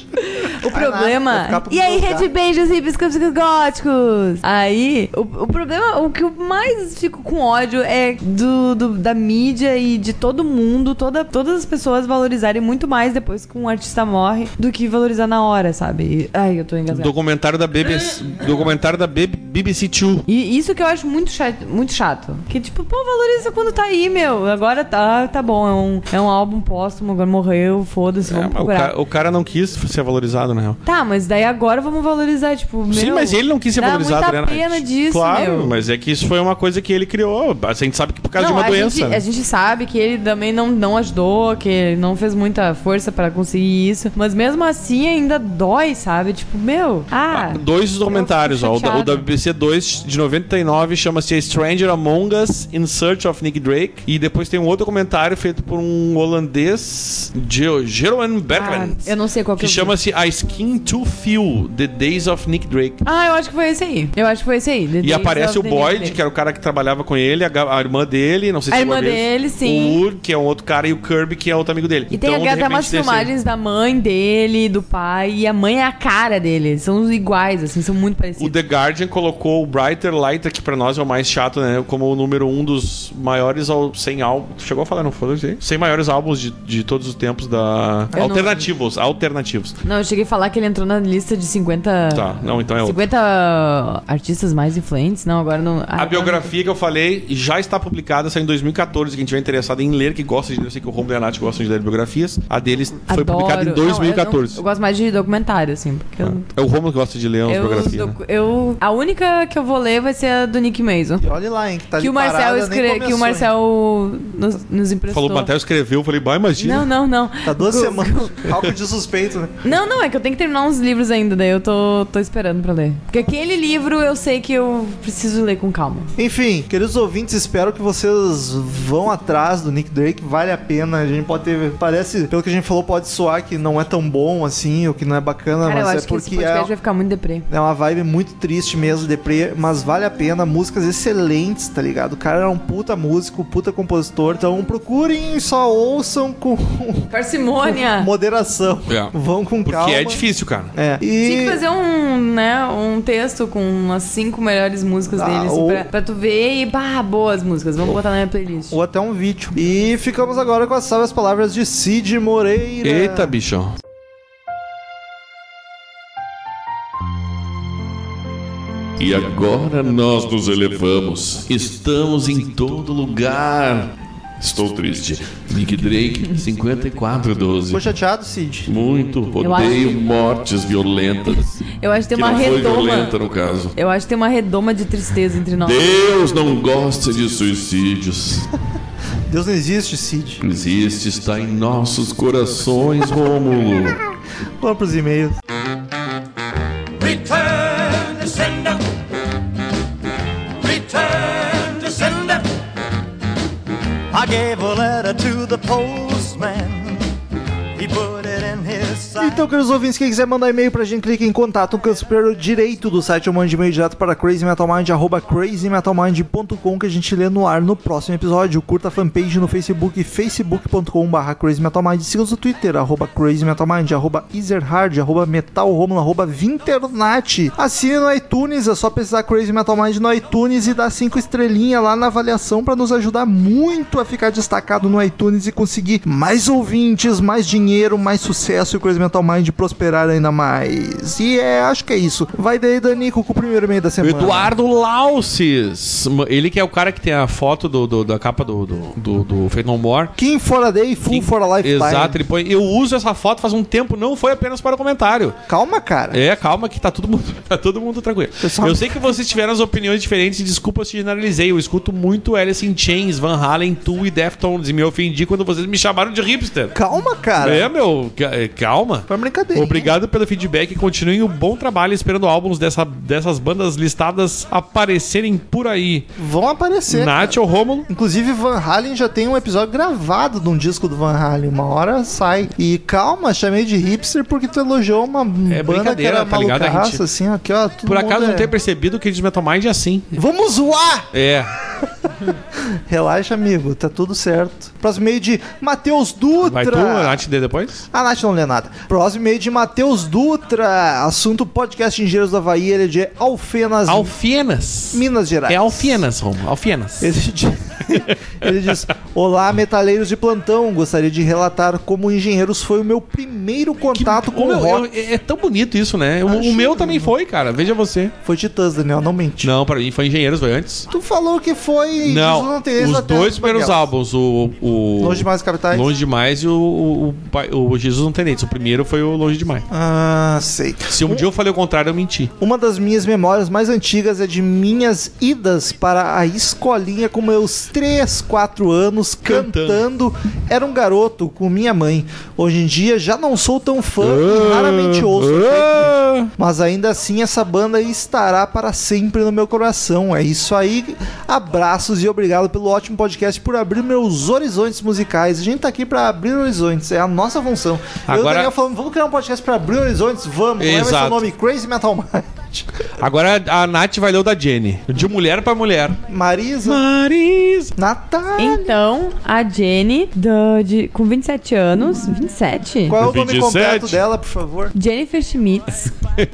o
Vai lá, vai
problema.
ficar pro tá?
e aí,
lugar.
Red Beijos e Biscoitos Góticos. Aí, o, o problema, o que eu mais fico com ódio é do, do- da mídia e de todo mundo, toda, todas as pessoas valorizarem muito mais depois que um artista morre do que valorizar na hora, sabe? E- Ai, eu tô engasgada.
Documentário da BBC. documentário da B- BBC Two.
E isso que eu acho muito chato, muito chato. Que tipo, pô, valoriza quando tá aí, meu. Agora tá, tá bom, é um, é um álbum póstumo, agora morreu, foda-se,
É,
vamos
mas o,
procurar.
cara, o cara não quis ser valorizado, na real.
Tá, mas daí agora vamos valorizar, tipo, meu,
Sim, mas ele não quis ser
dá
valorizado,
muita
né? Nath?
pena disso,
Claro,
meu.
mas é que isso foi uma coisa que ele criou. A gente sabe que por causa
não,
de uma
a
doença.
Gente,
né?
a gente sabe que ele também não, não ajudou, que ele não fez muita força pra conseguir isso. Mas mesmo assim ainda dói, sabe? Tipo, meu. Ah.
Dois documentários, ó. O da, o da
chateada.
BBC 2 de 99 chama-se A Stranger Among Us in Search of Nick Drake. E depois tem um outro documentário feito por um holandês, Ge- Jeroen
ah,
Bergman.
eu não sei qual que,
que
eu vi.
chama-se A Skin to Feel The Days of Nick Drake.
Ah, eu acho que foi esse aí. Eu acho que foi esse aí. The
E
Days
aparece
of
o
the
Boyd,
Living.
que era o cara que trabalhava com ele, a, ga- a irmã dele, não sei
A
se chegou
irmã
ver isso.
dele, sim.
O Ur, que é um outro cara, e o Kirby, que é outro amigo dele.
E tem
Então, de
até
repente,
umas
tem esse-
filmagens da mãe dele, do pai, e a mãe é a cara dele. São iguais, assim, são muito
O
parecidos.
The Guardian colocou o Brighter Light, que pra nós é o mais chato, né? Como o número um dos maiores ao 100 álbuns. Chegou a falar, não foi? 100 maiores álbuns de, de todos os tempos da.
Eu não-
alternativos, alternativos.
Não, eu cheguei a falar que ele entrou na lista de 50.
Tá, não, então é outro.
50 artistas mais influentes? Não, agora não. Ah,
A
agora
biografia que eu falei já está publicada, saiu em 2014. Quem tiver interessado em ler, que gosta de ler, eu sei que o Romulo e a Nath gostam de ler biografias. A deles
não-
foi
Adoro.
publicada em
Não, eu não- eu,
2014.
gosto mais de documentário, assim, porque eu.
É o Romulo que gosta de ler as
Eu,
biografias. né?
docu- eu- a única que eu vou ler vai ser a do Nick Mason.
E olha lá, hein, que tá
Que
ali
o Marcel
parada, nem
escreve, que
começou,
o
hein.
Marcel nos, nos emprestou.
Falou, o Matheus escreveu, eu falei, bah, imagina.
Não, não, não.
Tá duas
Gu-
semanas. Algo de suspeito, né?
Não, não, é que eu tenho que terminar uns livros ainda, daí eu tô, tô esperando pra ler. Porque aquele livro eu sei que eu preciso ler com calma.
Enfim, queridos ouvintes, espero que vocês vão atrás do Nick Drake. Vale a pena. A gente pode ter. Parece, pelo que a gente falou, pode soar que não é tão bom assim, ou que não é bacana,
Cara, eu
mas
acho
é
que esse
porque
podcast
é.
vai ficar muito deprê.
É uma vibe muito triste mesmo, deprê, mas vale a pena. Músicas excelentes, tá ligado? O cara era um puta músico, puta compositor. Então procurem, só ouçam com
Parcimônia!
moderação.
É.
Vão com
Porque
calma.
é difícil, cara.
É. E...
Tinha que fazer um, né, um texto com as cinco melhores músicas
Ah,
dele, assim,
ou-
pra, pra tu ver e, bah, boas músicas. Vamos botar na minha playlist.
Ou até um vídeo. E ficamos agora com as salvas palavras de Cid Moreira.
Eita, bicho.
E agora nós nos elevamos. Estamos em todo lugar. Estou triste. Nick Drake, 5412.
Ficou chateado, Cid?
Muito
acho
odeio mortes violentas.
Eu acho que
Que
tem uma
não foi violenta
redoma.
no caso.
Eu acho que tem uma redoma de tristeza entre nós.
Deus não gosta de suicídios.
Deus não existe, Cid.
Existe, está em nossos corações, Rômulo.
Vamos pros e-mails.
Return to sender. Return to sender.
I gave a letter to the postman. He put it in his
Tá.
sack.
Então, queridos ouvintes, quem quiser mandar e-mail pra gente, clica em contato no canto superior direito do site ou mande e-mail direto para crazymetalmind, arroba crazymetalmind.com que a gente lê no ar no próximo episódio. Curta a fanpage no Facebook, facebook.com barra crazymetalmind. Siga-nos no Twitter, arroba crazymetalmind, arroba easerhard, arroba metalromulo, arroba vinternat. Assine no iTunes, é só pesquisar Crazy Metal Mind no iTunes e dar cinco estrelinhas lá na avaliação pra nos ajudar muito a ficar destacado no iTunes e conseguir mais ouvintes, mais dinheiro, mais sucesso e o Crazy Metal Metal Mind prosperar ainda mais. E é, acho que é isso. Vai daí, Danico, com o primeiro e-mail da semana.
Eduardo Lausis. Ele que é o cara que tem a foto do, do- da capa do, do, do, do Faith No More.
Kim for a Day, Full for a Lifetime.
Exato, ele põe. Eu uso essa foto faz um tempo, não foi apenas para o comentário.
Calma, cara.
É, calma que tá todo mundo, tá todo mundo tranquilo.
Pessoal-
Eu sei que vocês tiveram as opiniões diferentes, desculpa se generalizei. Eu escuto muito Alice in Chains, Van Halen, Tool e Deftones e me ofendi quando vocês me chamaram de hipster.
Calma, cara.
É, meu, ca- é, calma.
Foi uma brincadeira.
Obrigado pelo feedback e continuem o bom trabalho esperando álbuns dessa, dessas bandas listadas aparecerem por aí.
Vão aparecer. cara.
Nath ou Romulo?
Inclusive, Van Halen já tem um episódio gravado de um disco do Van Halen. Uma hora sai. E calma, chamei de hipster porque tu elogiou uma banda que
brincadeira,
era
tá ligado? A
malucaça,
gente-
assim, ó, que ó. todo
Por acaso
mundo
não
é-
ter percebido que eles Metal Mind é assim.
Vamos zoar!
É.
Relaxa, amigo, tá tudo certo. Próximo meio de Matheus Dutra.
Vai tu, Nath, dê depois?
A Nath não lê nada. Próximo e-mail de Matheus Dutra. Assunto podcast Engenheiros da Havaí. Ele é de Alfenas,
Alfienas.
Minas Gerais.
É Alfienas, Romulo. Alfienas.
Ele diz, ele diz: Olá, metaleiros de plantão. Gostaria de relatar como Engenheiros foi o meu primeiro contato com
Ô,
o
meu,
rock.
eu- é é tão bonito isso, né? O, o meu também foi, cara. Veja você.
Foi Titãs, Daniel, não mente.
Não, pra mim foi Engenheiros, foi antes.
Tu falou que foi. Jesus
Não,
Teresa
os
até
dois primeiros
Banguelas.
álbuns, o, o-
Longe demais Tá capitais.
Longe Demais e o, o, o Pai- o Jesus Não Tem Dentes. O primeiro foi o Longe Demais.
Ah, sei.
Se um dia eu falei o contrário, eu menti.
Uma das minhas memórias mais antigas é de minhas idas para a escolinha com meus 3, 4 anos cantando. Era um garoto com minha mãe. Hoje em dia já não sou tão fã e raramente ouço.
Ah!
Mas ainda assim essa banda estará para sempre no meu coração. É isso aí. Abraços e obrigado pelo ótimo podcast por abrir meus horizontes musicais. A gente tá aqui para abrir horizontes, é a nossa função. Eu e o
Agora-
Daniel falando, vamos criar um podcast para abrir horizontes? Vamos. Como é que vai ser o
Exato.
nome Crazy Metal Mind.
Agora a Nath vai ler o da Jenny. De mulher pra mulher.
Marisa,
Marisa.
Natália.
Então, a Jenny, do- de- com 27 anos, 27?
Qual é o nome
27?
completo dela, por favor?
Jennifer Schmitz.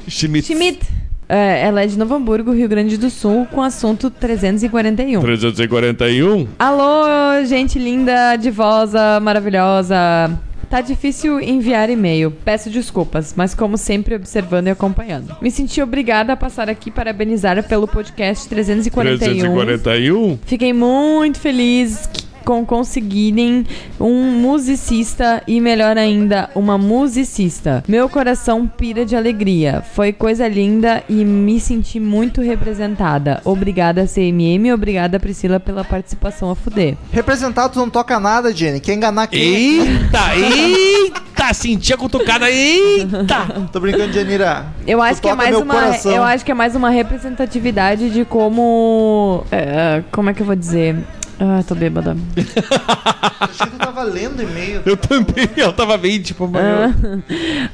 Schmidt.
Schmidt. É, ela é de Novo Hamburgo, Rio Grande do Sul, com assunto 341.
341.
Alô, gente linda, divosa, maravilhosa. Tá difícil enviar e-mail, peço desculpas, mas como sempre observando e acompanhando. Me senti obrigada a passar aqui parabenizar pelo podcast 341.
341.
Fiquei muito feliz que- com conseguirem um musicista e melhor ainda, uma musicista. Meu coração pira de alegria. Foi coisa linda e me senti muito representada. Obrigada CMM, obrigada Priscila pela participação a fuder.
Representado não toca nada, Jenny. Quer enganar quem?
Eita, eita, senti a cutucada, eita!
Tô brincando, Janira.
Eu acho
Tu
que é
toca
mais
meu
uma
coração.
eu acho que é mais uma representatividade de como é, como é que eu vou dizer? Ah, tô bêbada.
Achei que tu tava lendo e-mail.
Eu também, eu tava bem, tipo, mano.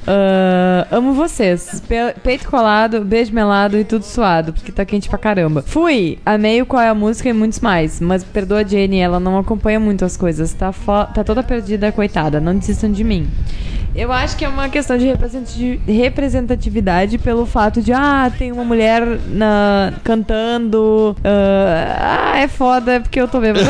Ah, amo vocês. Pe- peito colado, beijo melado e tudo suado, porque tá quente pra caramba. Fui! Amei o qual é a música e muitos mais. Mas perdoa a Jenny, ela não acompanha muito as coisas. Tá, fo- tá toda perdida, coitada. Não desistam de mim. Eu acho que é uma questão de representati- representatividade pelo fato de, ah, tem uma mulher na- cantando. ah, ah, é foda porque eu tô bêbada.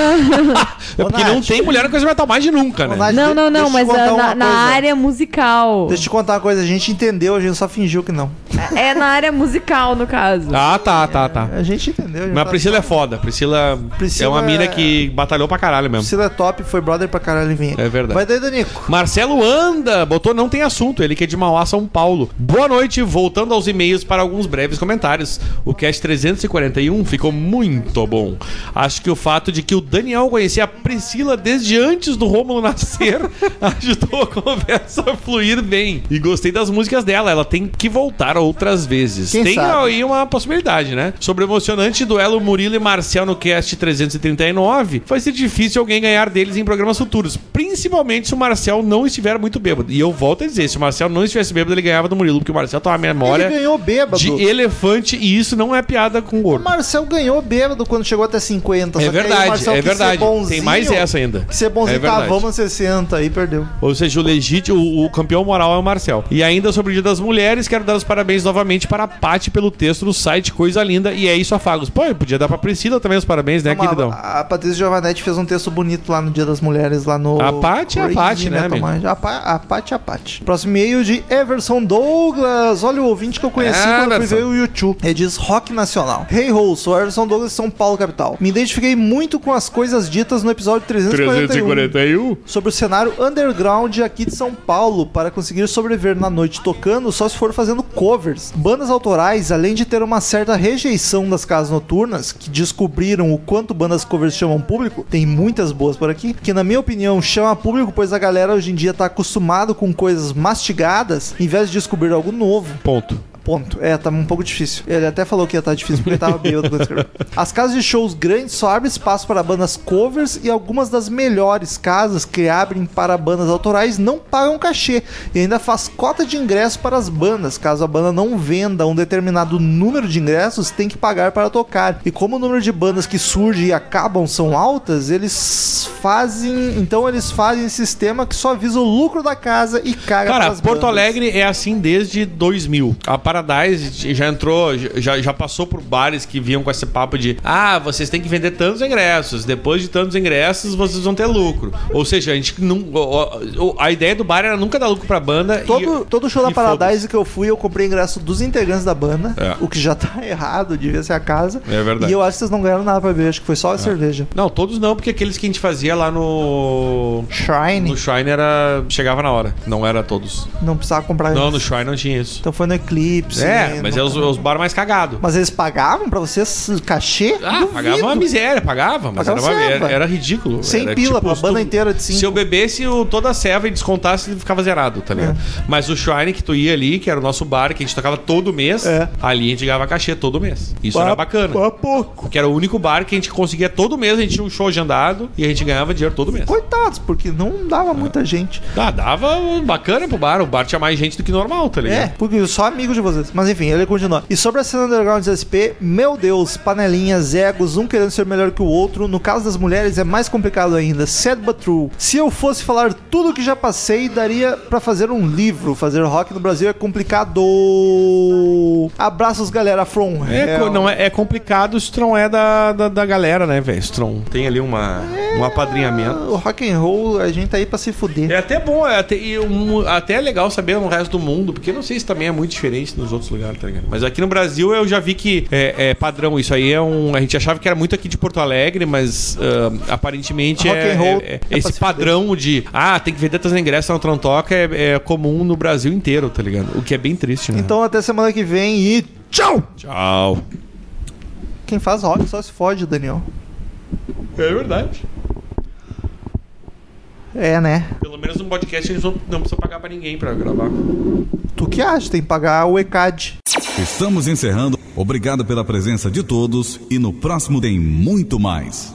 É porque não
Nath.
tem mulher na coisa metal mais de nunca,
Ô,
né?
Nath,
não,
de-
não,
deixa eu
não,
te
mas
contar
ah, na,
uma
na
coisa.
área musical.
Deixa eu te contar uma coisa, a gente entendeu, a gente só fingiu que não.
É na área musical, no caso.
Ah, tá, tá, tá.
A gente entendeu. A gente
Mas a
tá-
Priscila é foda. Priscila,
Priscila
é uma mina
é-
que batalhou pra caralho mesmo.
Priscila é top, foi brother pra caralho vinha.
É verdade.
Vai daí, Danico.
Marcelo anda, botou não tem assunto, ele que é de Mauá, São Paulo. Boa noite, voltando aos e-mails para alguns breves comentários. O cast 341 ficou muito bom. Acho que o fato de que o Daniel conhecia a Priscila desde antes do Rômulo nascer ajudou a conversa a fluir bem. E gostei das músicas dela, ela tem que voltar outras vezes.
Quem
tem
sabe?
aí uma possibilidade, né? Sobre o emocionante duelo Murilo e Marcel no cast 339, vai ser difícil alguém ganhar deles em programas futuros, principalmente se o Marcel não estiver muito bêbado. E eu volto a dizer, se o Marcel não estivesse bêbado, ele ganhava do Murilo, porque o Marcel tá uma memória
Ele ganhou bêbado.
de elefante e isso não é piada com
O
gordo.
Marcel ganhou bêbado quando chegou até 50. só
É
que aí o
verdade,
Marcel
é
quis ser
verdade. Tem mais essa ainda.
Ser bonzinho tá,
É verdade.
Levamos a 60 e perdeu.
Ou seja, o legítimo, o, o campeão moral é o Marcel. E ainda sobre o Dia das Mulheres, quero dar os parabéns novamente para a Paty pelo texto no site Coisa Linda. E é isso, afagos. Pô, eu podia dar pra Priscila também os parabéns, né,
Uma-
queridão?
a Patrícia Giovanetti fez um texto bonito lá no Dia das Mulheres, lá no.
A Paty é a
Crazy
Paty, né,
Metal
amigo?
Mind. A, pa a Paty é a Paty. Próximo e-mail de Everson Douglas. Olha o ouvinte que eu conheci
Ah,
quando eu fui
Everson.
ver o YouTube. Ele diz rock nacional. Hey ho, sou Everson Douglas de São Paulo, capital. Me identifiquei muito com as coisas ditas no episódio 341. Sobre o cenário underground aqui de São Paulo, para conseguir sobreviver na noite tocando, só se for fazendo covers. Bandas autorais, além de ter uma certa rejeição das casas noturnas, que descobriram o quanto bandas covers chamam público, tem muitas boas por aqui, que na minha opinião chama público, pois a galera hoje em dia tá acostumado com coisas mastigadas, em vez de descobrir algo novo.
Ponto.
Ponto. É, tá um pouco difícil. Ele até falou que ia estar difícil porque ele tava bêbado quando escreveu. As casas de shows grandes só abrem espaço para bandas covers e algumas das melhores casas que abrem para bandas autorais não pagam cachê e ainda faz cota de ingresso para as bandas. Caso a banda não venda um determinado número de ingressos, tem que pagar para tocar. E como o número de bandas que surge e acabam são altas, eles fazem. Então eles fazem esse sistema que só visa o lucro da casa e caga
Cara,
pras
Porto
bandas.
Alegre é assim desde 2000. A Paradise já entrou, já, já passou por bares que vinham com esse papo de ah, vocês têm que vender tantos ingressos, depois de tantos ingressos vocês vão ter lucro. Ou seja, a gente não, o- o- a ideia do bar era nunca dar lucro pra banda. e-
Todo, todo show da
e foda-se.
Paradise que eu fui, eu comprei ingresso dos integrantes da banda,
É.
o que já tá errado, devia ser a casa.
É verdade. É.
E eu acho que vocês não ganharam nada pra beber, acho que foi só a cerveja.
Não, todos não, porque aqueles que a gente fazia lá no
Shrine,
no Shrine era chegava na hora, não era todos.
não precisava comprar
Não,
ingresso.
no Shrine não tinha isso.
Então foi no Eclipse.
é,
né,
mas
no-
é os, os bar mais cagado.
Mas eles pagavam pra vocês cachê?
Ah,
Duvido.
pagava uma miséria, pagava, mas
Pagava
era, uma-
serva.
era, era ridículo.
Sem
era,
pila, pra
se
banda inteira de cinco.
Se eu bebesse o- toda a serva e descontasse, ele ficava zerado, tá ligado?
É.
Mas o Shrine que tu ia ali, que era o nosso bar, que a gente tocava todo mês,
É.
ali a gente ganhava cachê todo mês. Isso era
Pra-
bacana.
pra pouco.
Que era o único bar que a gente conseguia todo mês, a gente tinha um show agendado e a gente ganhava dinheiro todo mês.
Coitados, porque não dava muita gente.
Ah, dava bacana pro bar, o bar tinha mais gente do que normal, tá
É,
ligado?
porque eu sou amigo de vocês. Mas enfim, ele continua. E sobre a cena underground de SP, meu Deus, panelinhas, egos, um querendo ser melhor que o outro. No caso das mulheres é mais complicado ainda. Sad but true. Se eu fosse falar tudo que já passei, daria pra fazer um livro. Fazer rock no Brasil é complicado. Abraços, galera, from
É,
hell.
co- não, é, é complicado se tu não é da, da, da galera, né, velho? Se tu não tem ali uma,
É.
um apadrinhamento.
Ah, O rock and roll, a gente tá aí pra se fuder.
É até bom, é até, e um- até é legal saber no resto do mundo, porque não sei se também é muito diferente nos outros lugares, tá ligado? Mas aqui no Brasil eu já vi que é, é padrão, isso aí é um. A gente achava que era muito aqui de Porto Alegre, mas ah, aparentemente
Rock
é,
and roll
é- é
é pra
esse
se
padrão de ah, tem que vender tantos ingressos na Trontoca é, é comum no Brasil inteiro, tá ligado? O que é bem triste, né?
Então até semana que vem e tchau!
Tchau.
Quem faz rock só se fode, Daniel.
É verdade.
É, né?
Pelo menos no podcast eles não não precisam pagar pra ninguém pra gravar.
Tu que acha? Tem que pagar o ECAD.
Estamos encerrando. Obrigado pela presença de todos e no próximo tem muito mais.